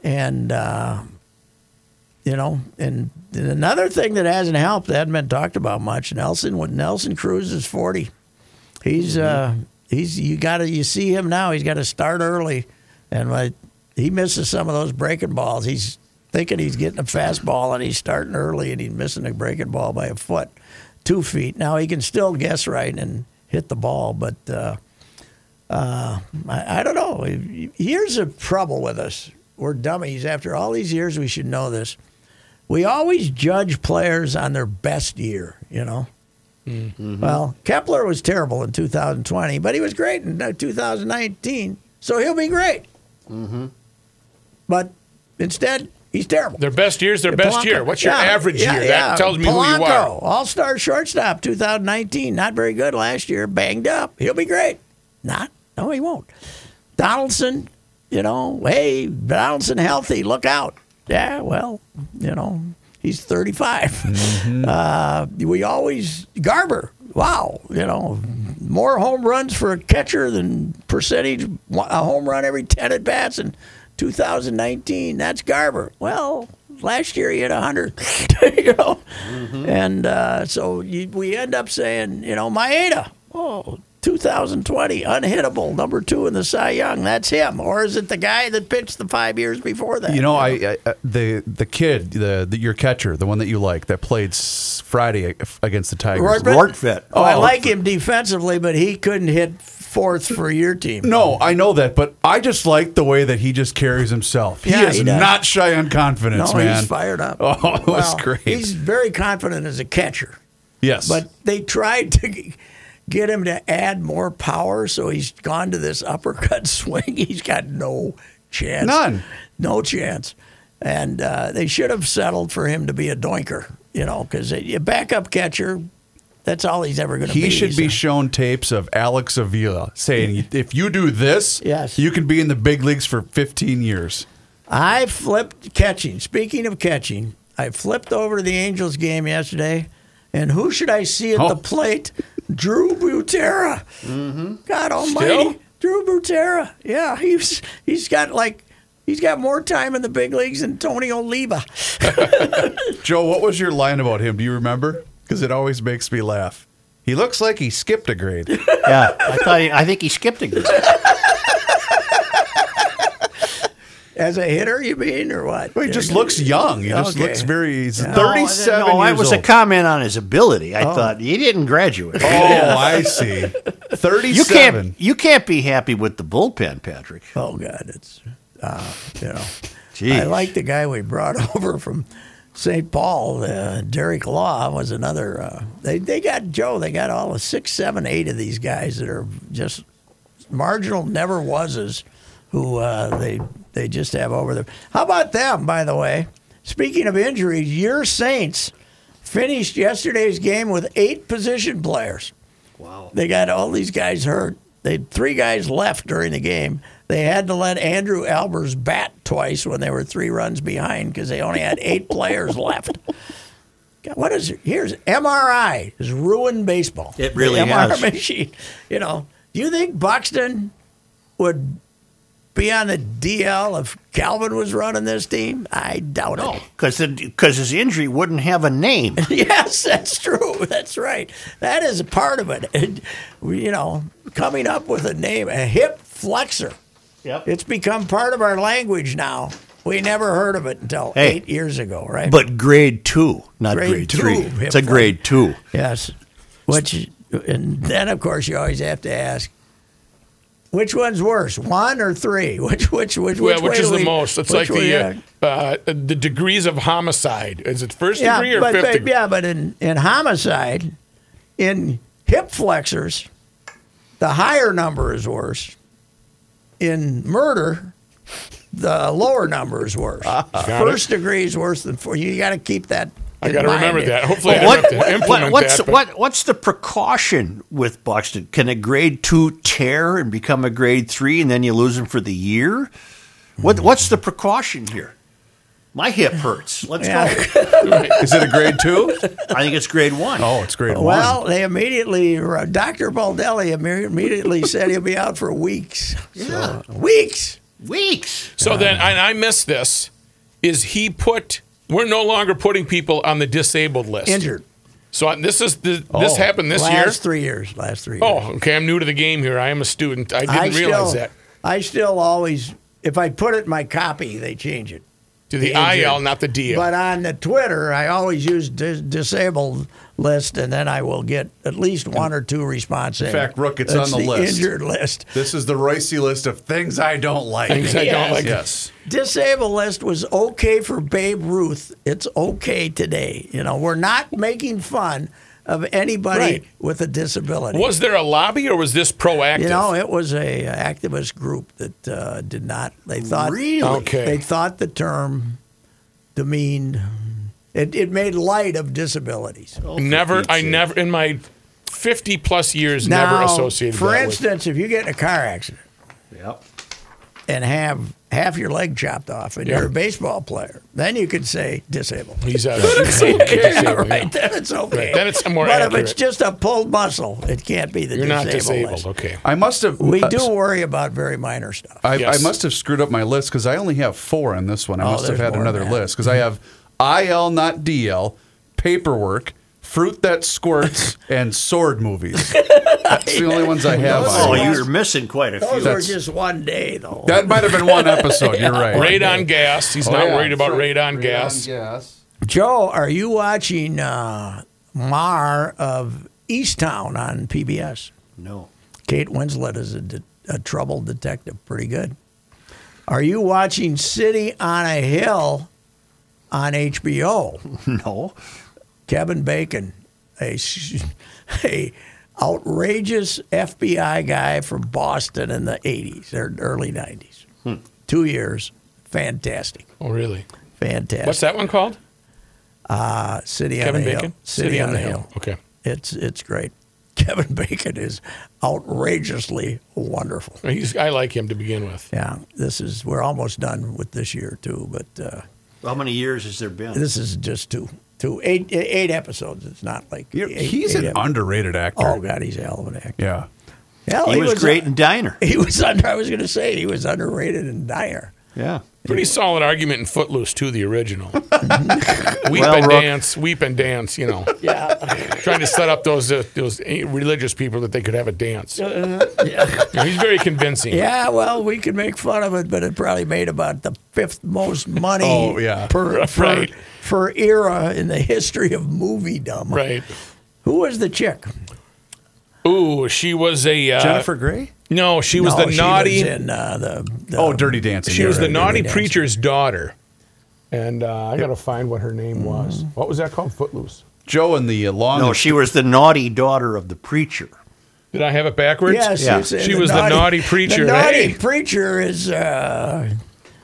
Speaker 2: and uh, you know, and, and another thing that hasn't helped that hasn't been talked about much. Nelson, when Nelson Cruz is forty, he's uh, he's you got to you see him now. He's got to start early, and like he misses some of those breaking balls. He's thinking he's getting a fastball and he's starting early and he's missing a breaking ball by a foot, two feet. Now he can still guess right and hit the ball, but uh, uh, I, I don't know. Here's the trouble with us: we're dummies. After all these years, we should know this. We always judge players on their best year, you know. Well, Kepler was terrible in 2020, but he was great in uh, 2019, so he'll be great. But instead, he's terrible.
Speaker 4: Their best year's their best
Speaker 2: Polanco-
Speaker 4: year. What's your
Speaker 2: yeah,
Speaker 4: average
Speaker 2: yeah,
Speaker 4: year?
Speaker 2: yeah.
Speaker 4: That tells me who you are.
Speaker 2: Polanco, all-star shortstop, 2019, not very good last year, banged up. He'll be great. Not? No, he won't. Donaldson, you know, hey, Donaldson healthy, look out. Yeah, well, you know, he's 35.
Speaker 4: Mm-hmm.
Speaker 2: Uh, we always Garber. Wow, you know, more home runs for a catcher than percentage a home run every 10 at bats in 2019. That's Garber. Well, last year he hit 100, you know. And uh, so you, we end up saying, you know, Maeda. Oh, 2020, unhittable, number two in the Cy Young. That's him. Or is it the guy that pitched the five years before that?
Speaker 3: You know, I, I I- the the kid, the, the your catcher, the one that you like, that played s- Friday against the Tigers.
Speaker 2: Roy Brett-
Speaker 1: Rortfett.
Speaker 2: Oh, I
Speaker 3: Oh.
Speaker 2: like him defensively, but he couldn't hit fourth for your team.
Speaker 3: No, I know that, but I just like the way that he just carries himself. he
Speaker 2: Yeah,
Speaker 3: is
Speaker 2: he does.
Speaker 3: not shy on confidence,
Speaker 2: no,
Speaker 3: man.
Speaker 2: he's fired up.
Speaker 3: Oh, that's great.
Speaker 2: He's very confident as a catcher,
Speaker 3: Yes,
Speaker 2: but they tried to g- get him to add more power, so he's gone to this uppercut swing. He's got no chance.
Speaker 3: None.
Speaker 2: No chance. And uh, they should have settled for him to be a doinker, you know, because a backup catcher, that's all he's ever going to be.
Speaker 3: he should
Speaker 2: So-
Speaker 3: be shown tapes of Alex Avila saying, "If you do this,
Speaker 2: Yes.
Speaker 3: you can be in the big leagues for 15 years."
Speaker 2: I flipped catching. Speaking of catching, I flipped over to the Angels game yesterday, and who should I see at
Speaker 3: Oh.
Speaker 2: the plate? Drew Butera.
Speaker 3: Mm-hmm.
Speaker 2: God Almighty,
Speaker 4: Still?
Speaker 2: Drew Butera. Yeah, he's he's got like he's got more time in the big leagues than Tony Oliva.
Speaker 3: Joe, what was your line about him? Do you remember? Because it always makes me laugh. He looks like he skipped a grade.
Speaker 1: Yeah, I thought. He, I think he skipped a grade.
Speaker 2: As a hitter, you mean or what?
Speaker 3: He just looks young. He just
Speaker 2: Okay.
Speaker 3: looks very. He's 37
Speaker 1: No,
Speaker 3: years
Speaker 1: it was
Speaker 3: old.
Speaker 1: a comment on his ability. I thought he didn't graduate.
Speaker 3: Oh, I see.
Speaker 1: You
Speaker 3: 37.
Speaker 1: can't. You can't be happy with the bullpen, Patrick.
Speaker 2: Oh God, it's uh, you know.
Speaker 1: Jeez.
Speaker 2: I like the guy we brought over from St. Paul, uh, Derek Law was another. Uh, they they got Joe. They got all the six, seven, eight of these guys that are just marginal, never wases, who uh, they they just have over there. How about them, by the way? Speaking of injuries, your Saints finished yesterday's game with eight position players. They got all these guys hurt. They had three guys left during the game. They had to let Andrew Albers bat twice when they were three runs behind because they only had eight players left. God, What is here's MRI has ruined baseball.
Speaker 1: It really
Speaker 2: the MRI
Speaker 1: has.
Speaker 2: machine. You know, do you think Buxton would be on the DL if Calvin was running this team? I doubt it.
Speaker 1: because his injury wouldn't have a name.
Speaker 2: Yes, that's true. That's right. That is a part of it. And, you know, coming up with a name, a hip flexor.
Speaker 1: Yep.
Speaker 2: It's become part of our language now. We never heard of it until
Speaker 1: Hey.
Speaker 2: eight years ago, right?
Speaker 1: But grade two, not
Speaker 2: Grade
Speaker 1: grade,
Speaker 2: two,
Speaker 1: three.
Speaker 2: hip
Speaker 1: It's a grade two.
Speaker 2: yes, which and then of course you always have to ask, which one's worse, one or three? Which which which
Speaker 4: Well,
Speaker 2: which,
Speaker 4: which,
Speaker 2: way
Speaker 4: is
Speaker 2: do
Speaker 4: the
Speaker 2: we-
Speaker 4: most? It's
Speaker 2: which
Speaker 4: like
Speaker 2: way-
Speaker 4: the uh, uh, the degrees of homicide. Is it first
Speaker 2: yeah,
Speaker 4: degree or
Speaker 2: but,
Speaker 4: fifth
Speaker 2: but,
Speaker 4: degree?
Speaker 2: yeah, but in in homicide, in hip flexors, the higher number is worse. In murder, the lower number is worse.
Speaker 4: Ah,
Speaker 2: First degree is worse than four. You got to keep that.
Speaker 4: I
Speaker 2: in
Speaker 4: got to
Speaker 2: mind.
Speaker 4: remember that. Hopefully, I
Speaker 1: What,
Speaker 4: don't have to implement
Speaker 1: what, what's
Speaker 4: that. but-
Speaker 1: what, what's the precaution with Buxton? Can a grade two tear and become a grade three, and then you lose him for the year? What what's the precaution here? My hip hurts.
Speaker 2: Oh,
Speaker 1: Let's go.
Speaker 3: Is it a grade two?
Speaker 1: I think it's grade one.
Speaker 3: Oh, it's grade one.
Speaker 2: Well, they immediately, Dr. Baldelli imme- immediately said he'll be out for weeks. So, weeks.
Speaker 1: Weeks.
Speaker 4: So then, and I missed this. Is he put? We're no longer putting people on the disabled list.
Speaker 2: Injured.
Speaker 4: So I- this is the, this
Speaker 3: Oh.
Speaker 4: happened this
Speaker 2: last
Speaker 4: year.
Speaker 2: three years. Last three years.
Speaker 4: Oh, okay. I'm new to the game here. I am a student. I didn't realize
Speaker 2: still,
Speaker 4: that.
Speaker 2: I still always, if I put it in my copy, they change it.
Speaker 4: To the
Speaker 2: injured.
Speaker 4: IL, not the DL.
Speaker 2: But on the Twitter, I always use dis- disabled list, and then I will get at least one or two responses. In
Speaker 3: fact, Rook, it's on the list.
Speaker 2: Injured list.
Speaker 3: This is the Roycey list of things I don't like.
Speaker 4: Things I don't
Speaker 2: Yes.
Speaker 4: like.
Speaker 3: Yes.
Speaker 2: Disabled list was okay for Babe Ruth. It's okay today. You know, we're not making fun of anybody
Speaker 4: Right.
Speaker 2: with a disability.
Speaker 4: Was there a lobby or was this proactive?
Speaker 2: You know, it was a uh, activist group that uh, did not. They thought
Speaker 1: Really?
Speaker 4: Okay.
Speaker 2: They thought the term demeaned. It, it made light of disabilities.
Speaker 4: never. I never in my 50 plus years never
Speaker 2: Now,
Speaker 4: associated.
Speaker 2: for
Speaker 4: that with-
Speaker 2: instance, if you get in a car accident
Speaker 1: Yep.
Speaker 2: and have half your leg chopped off, and
Speaker 4: Yeah.
Speaker 2: you're a baseball player, then you could say disabled.
Speaker 4: he's out. yeah,
Speaker 2: All right, then it's okay.
Speaker 4: Right, then it's more
Speaker 2: But if
Speaker 4: accurate.
Speaker 2: it's just a pulled muscle, it can't be the
Speaker 4: You're not
Speaker 2: disabled.
Speaker 4: disabled.
Speaker 2: list.
Speaker 4: Okay.
Speaker 3: I must have.
Speaker 2: We
Speaker 3: uh,
Speaker 2: do worry about very minor stuff.
Speaker 3: I,
Speaker 4: Yes.
Speaker 3: I must have screwed up my list because I only have four on this one. I
Speaker 2: Oh,
Speaker 3: must have
Speaker 2: there's
Speaker 3: had
Speaker 2: more than
Speaker 3: another
Speaker 2: that.
Speaker 3: list because I have IL, not DL, paperwork, fruit that squirts, and sword movies. That's the only ones I have.
Speaker 2: Those
Speaker 1: Oh,
Speaker 3: on.
Speaker 1: you're missing quite a
Speaker 2: Those
Speaker 1: few.
Speaker 2: were
Speaker 3: That's-
Speaker 2: just one day, though.
Speaker 3: That might have been one episode. You're
Speaker 2: Oh,
Speaker 3: right.
Speaker 4: Radon gas. He's
Speaker 3: Oh,
Speaker 4: not
Speaker 3: yeah.
Speaker 4: worried about
Speaker 3: Sorry.
Speaker 4: radon, gas.
Speaker 2: Joe, are you watching uh, Mar of Easttown on PBS?
Speaker 1: No.
Speaker 2: Kate Winslet is a, de- a troubled detective. Pretty good. Are you watching City on a Hill on HBO?
Speaker 1: No.
Speaker 2: Kevin Bacon, a, s- a outrageous FBI guy from Boston in the 80s or early 90s. Two years. Fantastic.
Speaker 4: Oh, really?
Speaker 2: Fantastic.
Speaker 4: What's that one called?
Speaker 2: Uh, City on
Speaker 4: Kevin
Speaker 2: a
Speaker 4: Bacon.
Speaker 2: Hill. City, on, a hill.
Speaker 4: Okay.
Speaker 2: It's it's great. Kevin Bacon is outrageously wonderful.
Speaker 4: He's, I like him to begin with.
Speaker 2: Yeah, this is we're almost done with this year too, but uh,
Speaker 1: How many years has there been?
Speaker 2: this is just two two eight eight episodes. It's not like
Speaker 3: You're-
Speaker 2: eight-
Speaker 3: he's
Speaker 2: eight
Speaker 3: an
Speaker 2: epi-
Speaker 3: underrated actor.
Speaker 2: oh god, he's a hell of an actor.
Speaker 3: Yeah.
Speaker 2: Hell, uh,
Speaker 1: He was great in Diner.
Speaker 2: he was under. I was going to say he was underrated and dire.
Speaker 1: Yeah.
Speaker 4: Pretty solid argument in Footloose too, the original. weep
Speaker 1: Well,
Speaker 4: and
Speaker 1: Rook-
Speaker 4: dance, weep and dance. You know,
Speaker 2: Yeah,
Speaker 4: trying to set up those uh, those religious people that they could have a dance. You know, he's very convincing.
Speaker 2: yeah. Well, we could make fun of it, but it probably made about the fifth most money
Speaker 3: Oh, yeah.
Speaker 2: per, per
Speaker 4: Right.
Speaker 2: per era in the history of moviedom.
Speaker 4: Right.
Speaker 2: Who was the chick?
Speaker 4: Ooh, she was a uh,
Speaker 3: Jennifer Gray?
Speaker 4: No, she was
Speaker 2: No,
Speaker 4: the
Speaker 2: she was
Speaker 4: naughty.
Speaker 2: in, uh, the, the-
Speaker 3: Oh, Dirty Dancing.
Speaker 4: she
Speaker 3: You're
Speaker 4: was the
Speaker 3: right.
Speaker 4: naughty
Speaker 2: Dirty Dancing.
Speaker 4: preacher's daughter. And uh, I gotta find what her name was.
Speaker 2: Mm.
Speaker 4: What was that called? Footloose.
Speaker 3: Joe and the uh, long.
Speaker 1: No, she was the naughty daughter of the preacher.
Speaker 4: Did I have it backwards?
Speaker 2: Yes,
Speaker 1: Yeah.
Speaker 2: you said
Speaker 4: She was the naughty preacher.
Speaker 2: The naughty
Speaker 4: Hey.
Speaker 2: preacher is uh,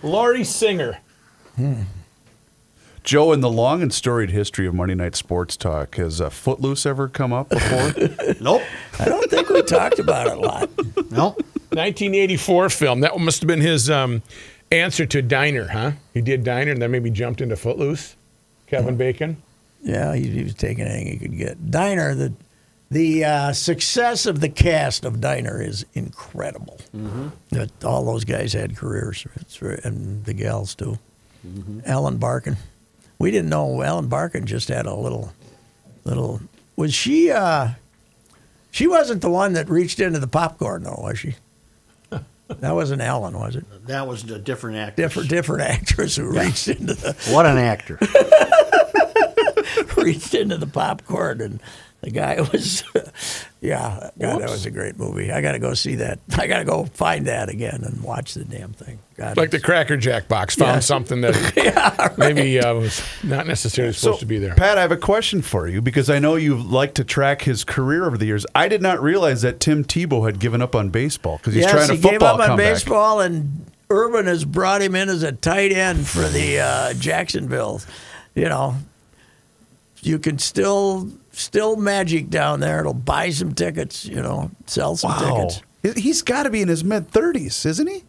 Speaker 4: Laurie Singer.
Speaker 3: Joe and the long and storied history of Monday Night Sports Talk. Has uh, Footloose ever come up before?
Speaker 1: Nope.
Speaker 2: I don't think we talked about it a lot.
Speaker 1: Nope.
Speaker 4: 1984 film. That must have been his um, answer to Diner, huh? He did Diner and then maybe jumped into Footloose.
Speaker 2: Mm.
Speaker 4: Kevin Bacon.
Speaker 2: Yeah, he, he was taking anything he could get. Diner, the the uh, success of the cast of Diner is incredible. That all those guys had careers, it's ver- and the gals too. Ellen Barkin, we didn't know Ellen Barkin just had a little, little. Was she? Uh, she wasn't the one that reached into the popcorn, though, was she? That wasn't Ellen, was it?
Speaker 1: That was a different actor.
Speaker 2: Different, different actress who reached into the
Speaker 1: What an actor.
Speaker 2: reached into the popcorn and the guy was yeah god that was a great movie i gotta go see that i gotta go find that again and watch the damn thing god
Speaker 4: Like the
Speaker 2: it's-
Speaker 4: Cracker Jack box found
Speaker 2: Yeah.
Speaker 4: something that maybe uh, was not necessarily supposed to be there.
Speaker 3: Pat, I have a question for you because I know you've liked to track his career over the years. I did not realize that Tim Tebow had given up on baseball because he's
Speaker 2: yes
Speaker 3: trying to
Speaker 2: he
Speaker 3: football
Speaker 2: gave up on
Speaker 3: comeback.
Speaker 2: baseball and urban has brought him in as a tight end for the uh, jacksonville you know you can still still magic down there it'll buy some tickets you know sell some
Speaker 3: Wow,
Speaker 2: tickets
Speaker 3: He- he's got to be in his mid thirties, isn't he?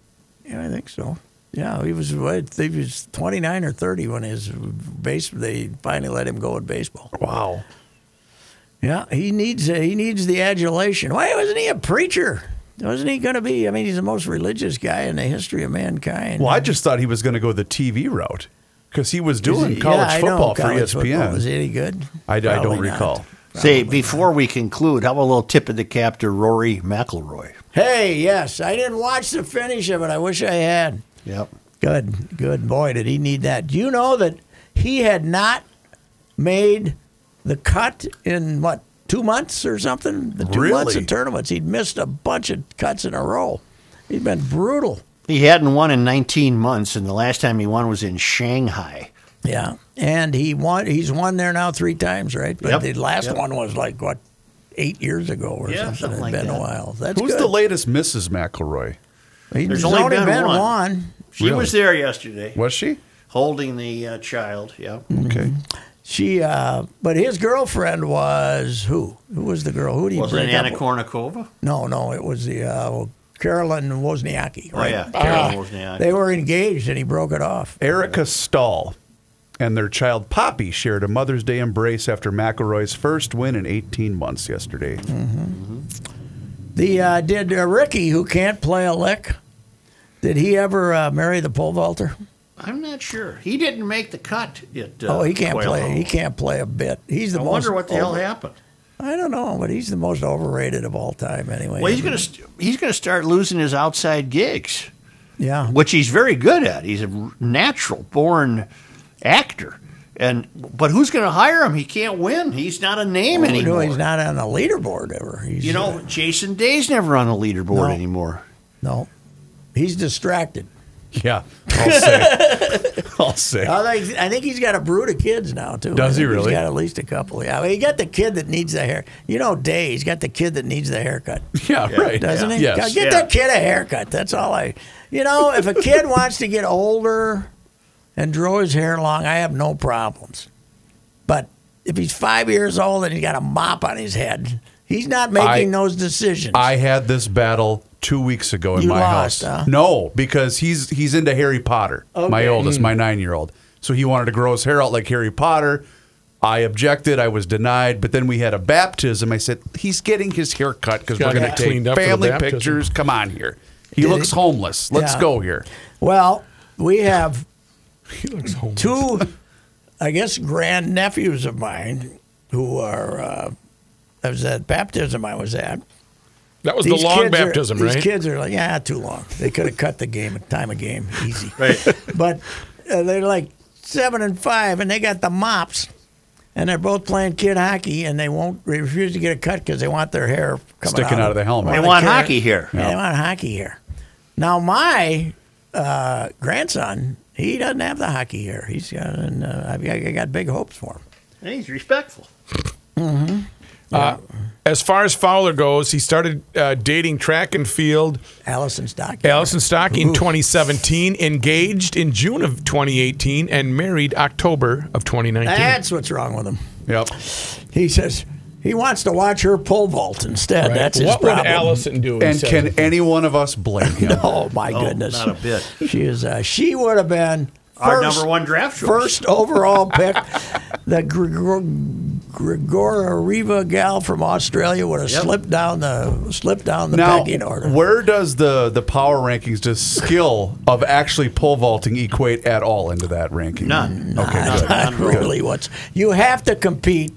Speaker 2: Yeah, I think so. Yeah, he was I think he was 29 or 30 when his base they finally let him go in baseball.
Speaker 3: Wow.
Speaker 2: Yeah, he needs he needs the adulation. Why wasn't he a preacher? Wasn't he going to be? I mean, he's the most religious guy in the history of mankind.
Speaker 3: Well, I just thought he was going to go the TV route because he was doing
Speaker 2: Yeah,
Speaker 3: college
Speaker 2: I know,
Speaker 3: football for E
Speaker 2: college
Speaker 3: ESPN.
Speaker 2: football. Was he any good?
Speaker 3: I, I
Speaker 2: Probably
Speaker 3: don't
Speaker 2: not.
Speaker 3: recall.
Speaker 1: Say, before we conclude, how about a little tip of the cap to Rory McIlroy?
Speaker 2: Hey, yes, I didn't watch the finish of it. I wish I had.
Speaker 1: Yep.
Speaker 2: Good, good boy. Did he need that? Do you know that he had not made the cut in what two months or something? The two months
Speaker 3: Really?
Speaker 2: of tournaments, he'd missed a bunch of cuts in a row. He'd been brutal.
Speaker 1: He hadn't won in 19 months, and the last time he won was in Shanghai.
Speaker 2: Yeah, and he won. He's won there now three times, right? But
Speaker 1: Yep.
Speaker 2: the last
Speaker 1: Yep.
Speaker 2: one was like what eight years ago or
Speaker 1: Yeah,
Speaker 2: something.
Speaker 1: something
Speaker 2: It's
Speaker 1: like
Speaker 2: been
Speaker 1: that.
Speaker 2: a while. That's
Speaker 3: Who's
Speaker 2: good.
Speaker 3: the latest Mrs. McElroy?
Speaker 2: He's
Speaker 1: There's only been one.
Speaker 2: one.
Speaker 1: She
Speaker 3: Really?
Speaker 1: was there yesterday,
Speaker 3: Was she?
Speaker 1: holding the uh, child. Yep.
Speaker 2: Mm-hmm.
Speaker 4: Mm-hmm.
Speaker 3: Okay.
Speaker 2: She, uh, but his girlfriend was who? Who was the girl? Who did he
Speaker 1: Wasn't
Speaker 2: break
Speaker 1: it Anna
Speaker 2: up with?
Speaker 1: Kournikova?
Speaker 2: No, no, it was the uh, Carolyn Wozniacki.
Speaker 1: Oh
Speaker 2: Right? Uh,
Speaker 1: yeah,
Speaker 4: Ah.
Speaker 1: Carol Wozniak.
Speaker 2: They were engaged, and he broke it off.
Speaker 3: Erica Stahl and their child Poppy shared a Mother's Day embrace after McElroy's first win in 18 months yesterday.
Speaker 2: The uh, did uh, Ricky, who can't play a lick, did he ever uh, marry the pole vaulter?
Speaker 1: Uh, I'm not sure. He didn't make the cut. At, uh,
Speaker 2: oh, he can't
Speaker 1: Quail
Speaker 2: play.
Speaker 1: Hollow.
Speaker 2: He can't play a bit. He's the
Speaker 1: I
Speaker 2: most.
Speaker 1: wonder what the hell
Speaker 2: over-
Speaker 1: happened.
Speaker 2: I don't know, but he's the most overrated of all time. Anyway,
Speaker 1: Well, he's gonna st- he's gonna start losing his outside gigs,
Speaker 2: Yeah,
Speaker 1: which he's very good at. He's a r- natural born actor. And but who's going to hire him? He can't win. He's not a name
Speaker 2: Oh,
Speaker 1: anymore.
Speaker 2: no, he's not on the leaderboard ever. He's,
Speaker 1: You know,
Speaker 2: uh,
Speaker 1: Jason Day's never on the leaderboard
Speaker 2: No.
Speaker 1: anymore.
Speaker 2: no, he's distracted.
Speaker 3: Yeah, I'll say. I'll say.
Speaker 2: I think, I think he's got a brood of kids now too.
Speaker 3: Does
Speaker 2: I
Speaker 3: he
Speaker 2: think He's
Speaker 3: really?
Speaker 2: got at least a couple. Yeah, I mean, he got the kid that needs the hair. You know, Day. He's got the kid that needs the haircut,
Speaker 3: Yeah, right.
Speaker 2: doesn't he?
Speaker 3: Yes.
Speaker 2: God, Get
Speaker 1: Yeah.
Speaker 2: that kid a haircut. That's all I. You know, if a kid wants to get older and grow his hair long, I have no problems. But if he's five years old and he's got a mop on his head, he's not making
Speaker 3: I-
Speaker 2: those decisions.
Speaker 3: I had this battle two weeks ago in
Speaker 2: You
Speaker 3: my
Speaker 2: lost,
Speaker 3: house.
Speaker 2: huh?
Speaker 3: No, because he's he's into Harry Potter. My
Speaker 2: Okay. Hmm.
Speaker 3: oldest, my nine year old. So he wanted to grow his hair out like Harry Potter. I objected. I was denied. But then we had a baptism. I said he's getting his hair cut because we're
Speaker 4: Gotta
Speaker 3: going
Speaker 4: get
Speaker 3: to take
Speaker 4: cleaned up for the
Speaker 3: family
Speaker 4: baptism.
Speaker 3: pictures. Come on here. He
Speaker 2: Did
Speaker 3: looks
Speaker 2: he?
Speaker 3: homeless. Let's
Speaker 2: Yeah.
Speaker 3: go here.
Speaker 2: well, we have
Speaker 4: He looks homeless.
Speaker 2: two, I guess, grand nephews of mine who are, uh, I was at baptism I was at.
Speaker 4: That was the
Speaker 2: These
Speaker 4: long
Speaker 2: kids are-
Speaker 4: baptism, right?
Speaker 2: These kids are like, yeah, too long. They could have cut the game at time of game, easy. But uh, they're like seven and five, and they got the mops, and they're both playing kid hockey, and they won't they refuse to get a cut because they want their hair coming
Speaker 3: Sticking out of the helmet.
Speaker 1: They
Speaker 2: the
Speaker 1: want
Speaker 2: carrot.
Speaker 1: hockey here.
Speaker 2: Yeah, They want hockey hair. Now my uh, grandson, he doesn't have the hockey hair. He's got, and uh, I've got, I got big hopes for him.
Speaker 1: And he's respectful.
Speaker 4: Uh, As far as Fowler goes, he started uh, dating track and field
Speaker 2: Allison's doc.
Speaker 4: Allison Stock in 2017, engaged in June of 2018, and married October of 2019.
Speaker 2: That's what's wrong with him.
Speaker 3: Yep.
Speaker 2: He says, He wants to watch her pole vault instead. That's his
Speaker 4: what
Speaker 2: problem.
Speaker 4: would Allison do?
Speaker 3: And
Speaker 4: instead
Speaker 3: can
Speaker 4: of-
Speaker 3: any one of us blame him?
Speaker 2: Oh my goodness,
Speaker 6: not a bit.
Speaker 2: She is. Uh, she would have been first,
Speaker 6: Our number one draft choice.
Speaker 2: first overall pick. The Grigor, Grigora Riva gal from Australia would have
Speaker 6: Yep.
Speaker 2: slipped down the slipped down the
Speaker 3: Now,
Speaker 2: pecking order.
Speaker 3: where does the, the power rankings, does skill of actually pole vaulting equate at all into that ranking?
Speaker 6: None.
Speaker 3: Okay,
Speaker 6: None.
Speaker 3: good.
Speaker 2: Not really what's you have to compete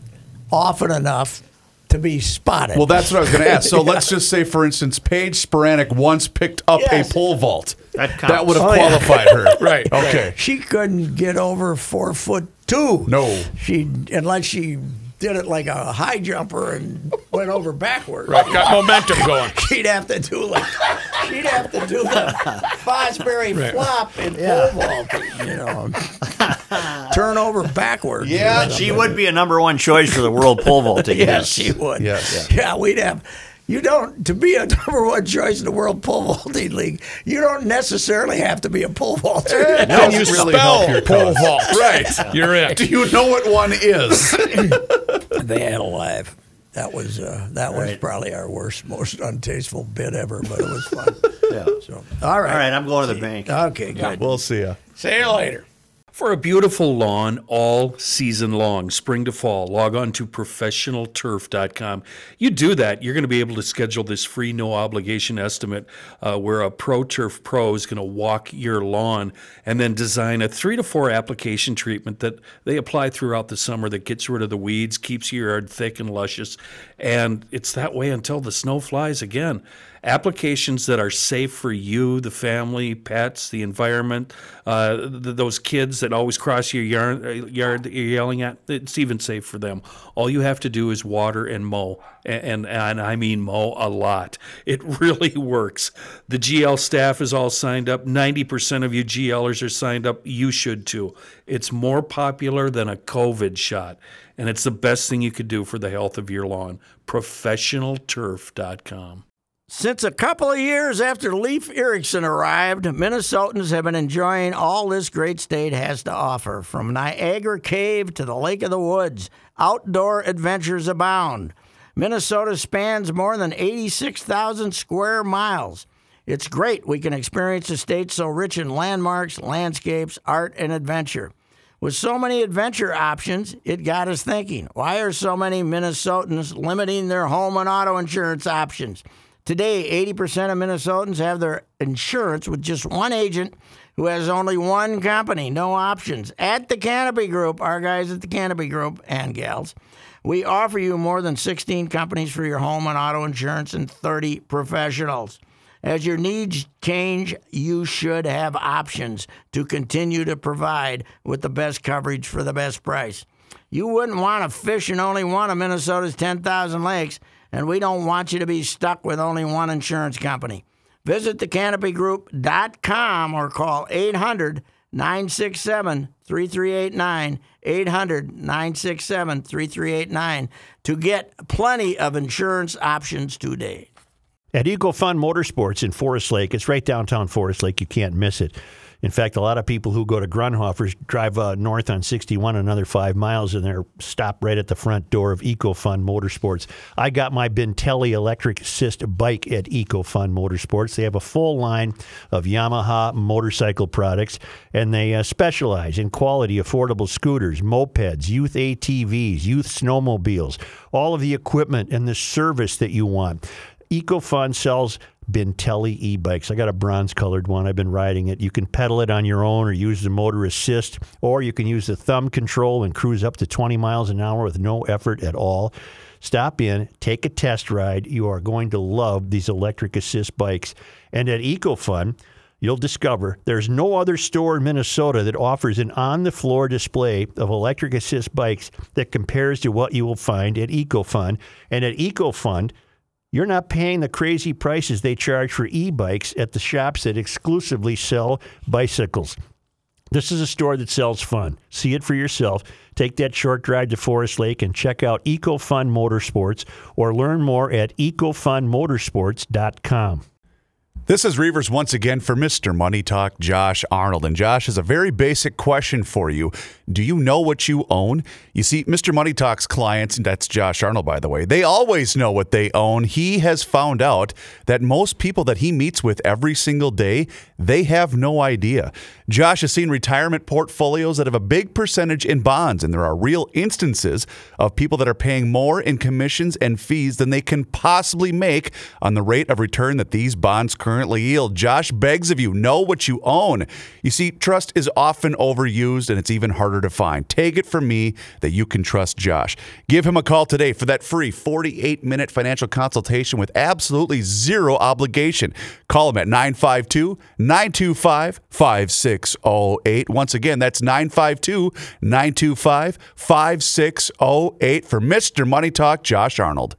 Speaker 2: often enough to be spotted.
Speaker 3: Well, that's what I was going to ask. So let's just say, for instance, Paige Sporanic once picked up
Speaker 2: Yes.
Speaker 3: a pole vault.
Speaker 6: That counts.
Speaker 3: would have
Speaker 2: Oh, yeah.
Speaker 3: qualified her.
Speaker 4: Right, right.
Speaker 3: Okay.
Speaker 2: she couldn't get over four foot two.
Speaker 3: No.
Speaker 2: she unless she did it like a high jumper and went over backwards.
Speaker 4: Right, got momentum going.
Speaker 2: She'd have to do like she'd have to do the Fosbury
Speaker 4: Right.
Speaker 2: flop in pole vaulting, you know, turn over backwards.
Speaker 3: Yeah,
Speaker 6: She would be a number one choice for the world pole vaulting.
Speaker 2: yes, she would.
Speaker 3: Yes.
Speaker 2: yeah, we'd have. You don't to be a number one choice in the world pole vaulting league. You don't necessarily have to be a pole vaulter.
Speaker 4: Can you
Speaker 3: doesn't really help
Speaker 4: spell
Speaker 3: your
Speaker 4: pole
Speaker 3: cause.
Speaker 4: vault? Right, you're
Speaker 3: Do
Speaker 4: it.
Speaker 3: you know what one is?
Speaker 2: they had alive. That was uh, that was
Speaker 6: Right.
Speaker 2: probably our worst, most untasteful bit ever, but it was fun.
Speaker 6: Yeah.
Speaker 2: So, all right,
Speaker 6: All right, I'm going to the bank.
Speaker 2: okay, good.
Speaker 3: we'll see ya.
Speaker 2: See you later.
Speaker 5: For a beautiful lawn all season long, spring to fall, log on to professionalturf.com. You do that, you're going to be able to schedule this free, no obligation estimate uh, where a Pro Turf Pro is going to walk your lawn and then design a three to four application treatment that they apply throughout the summer that gets rid of the weeds, keeps your yard thick and luscious. And it's that way until the snow flies again applications that are safe for you, the family, pets, the environment, uh, th- those kids that always cross your yard, uh, yard that you're yelling at. It's even safe for them. All you have to do is water and mow, a- and, and I mean mow a lot. It really works. The GL staff is all signed up. Ninety percent of you GLers are signed up. You should too. It's more popular than a COVID shot. And it's the best thing you could do for the health of your lawn. ProfessionalTurf.com.
Speaker 2: Since a couple of years after Leif Erikson arrived, Minnesotans have been enjoying all this great state has to offer. From Niagara Cave to the Lake of the Woods, outdoor adventures abound. Minnesota spans more than 86,000 square miles. It's great we can experience a state so rich in landmarks, landscapes, art, and adventure. With so many adventure options, it got us thinking why are so many Minnesotans limiting their home and auto insurance options? Today, 80% of Minnesotans have their insurance with just one agent who has only one company, no options. At the Canopy Group, our guys at the Canopy Group and gals, we offer you more than 16 companies for your home and auto insurance and 30 professionals. As your needs change, you should have options to continue to provide with the best coverage for the best price. You wouldn't want to fish in only one of Minnesota's 10,000 lakes, and we don't want you to be stuck with only one insurance company. Visit thecanopygroup.com or call 800 967 3389, 800 967 3389 to get plenty of insurance options today.
Speaker 1: At Eagle Fund Motorsports in Forest Lake, it's right downtown Forest Lake. You can't miss it. In fact, a lot of people who go to Grunhofer's drive uh, north on 61 another five miles and they're stopped right at the front door of EcoFund Motorsports. I got my Bentelli electric assist bike at EcoFund Motorsports. They have a full line of Yamaha motorcycle products and they uh, specialize in quality, affordable scooters, mopeds, youth ATVs, youth snowmobiles, all of the equipment and the service that you want. EcoFun sells Bintelli e-bikes. I got a bronze-colored one. I've been riding it. You can pedal it on your own or use the motor assist, or you can use the thumb control and cruise up to 20 miles an hour with no effort at all. Stop in, take a test ride. You are going to love these electric assist bikes. And at EcoFun, you'll discover there's no other store in Minnesota that offers an on the floor display of electric assist bikes that compares to what you will find at EcoFun. And at EcoFund, you're not paying the crazy prices they charge for e bikes at the shops that exclusively sell bicycles. This is a store that sells fun. See it for yourself. Take that short drive to Forest Lake and check out EcoFun Motorsports or learn more at ecofundmotorsports.com.
Speaker 3: This is Reavers once again for Mr. Money Talk, Josh Arnold. And Josh has a very basic question for you. Do you know what you own? You see, Mr. Money Talk's clients, and that's Josh Arnold, by the way, they always know what they own. He has found out that most people that he meets with every single day, they have no idea. Josh has seen retirement portfolios that have a big percentage in bonds, and there are real instances of people that are paying more in commissions and fees than they can possibly make on the rate of return that these bonds currently yield. Josh begs of you, know what you own. You see, trust is often overused and it's even harder to find. Take it from me that you can trust Josh. Give him a call today for that free 48 minute financial consultation with absolutely zero obligation. Call him at 952 925 5608. Once again, that's oh 952 925 5608 for Mr. Money Talk, Josh Arnold.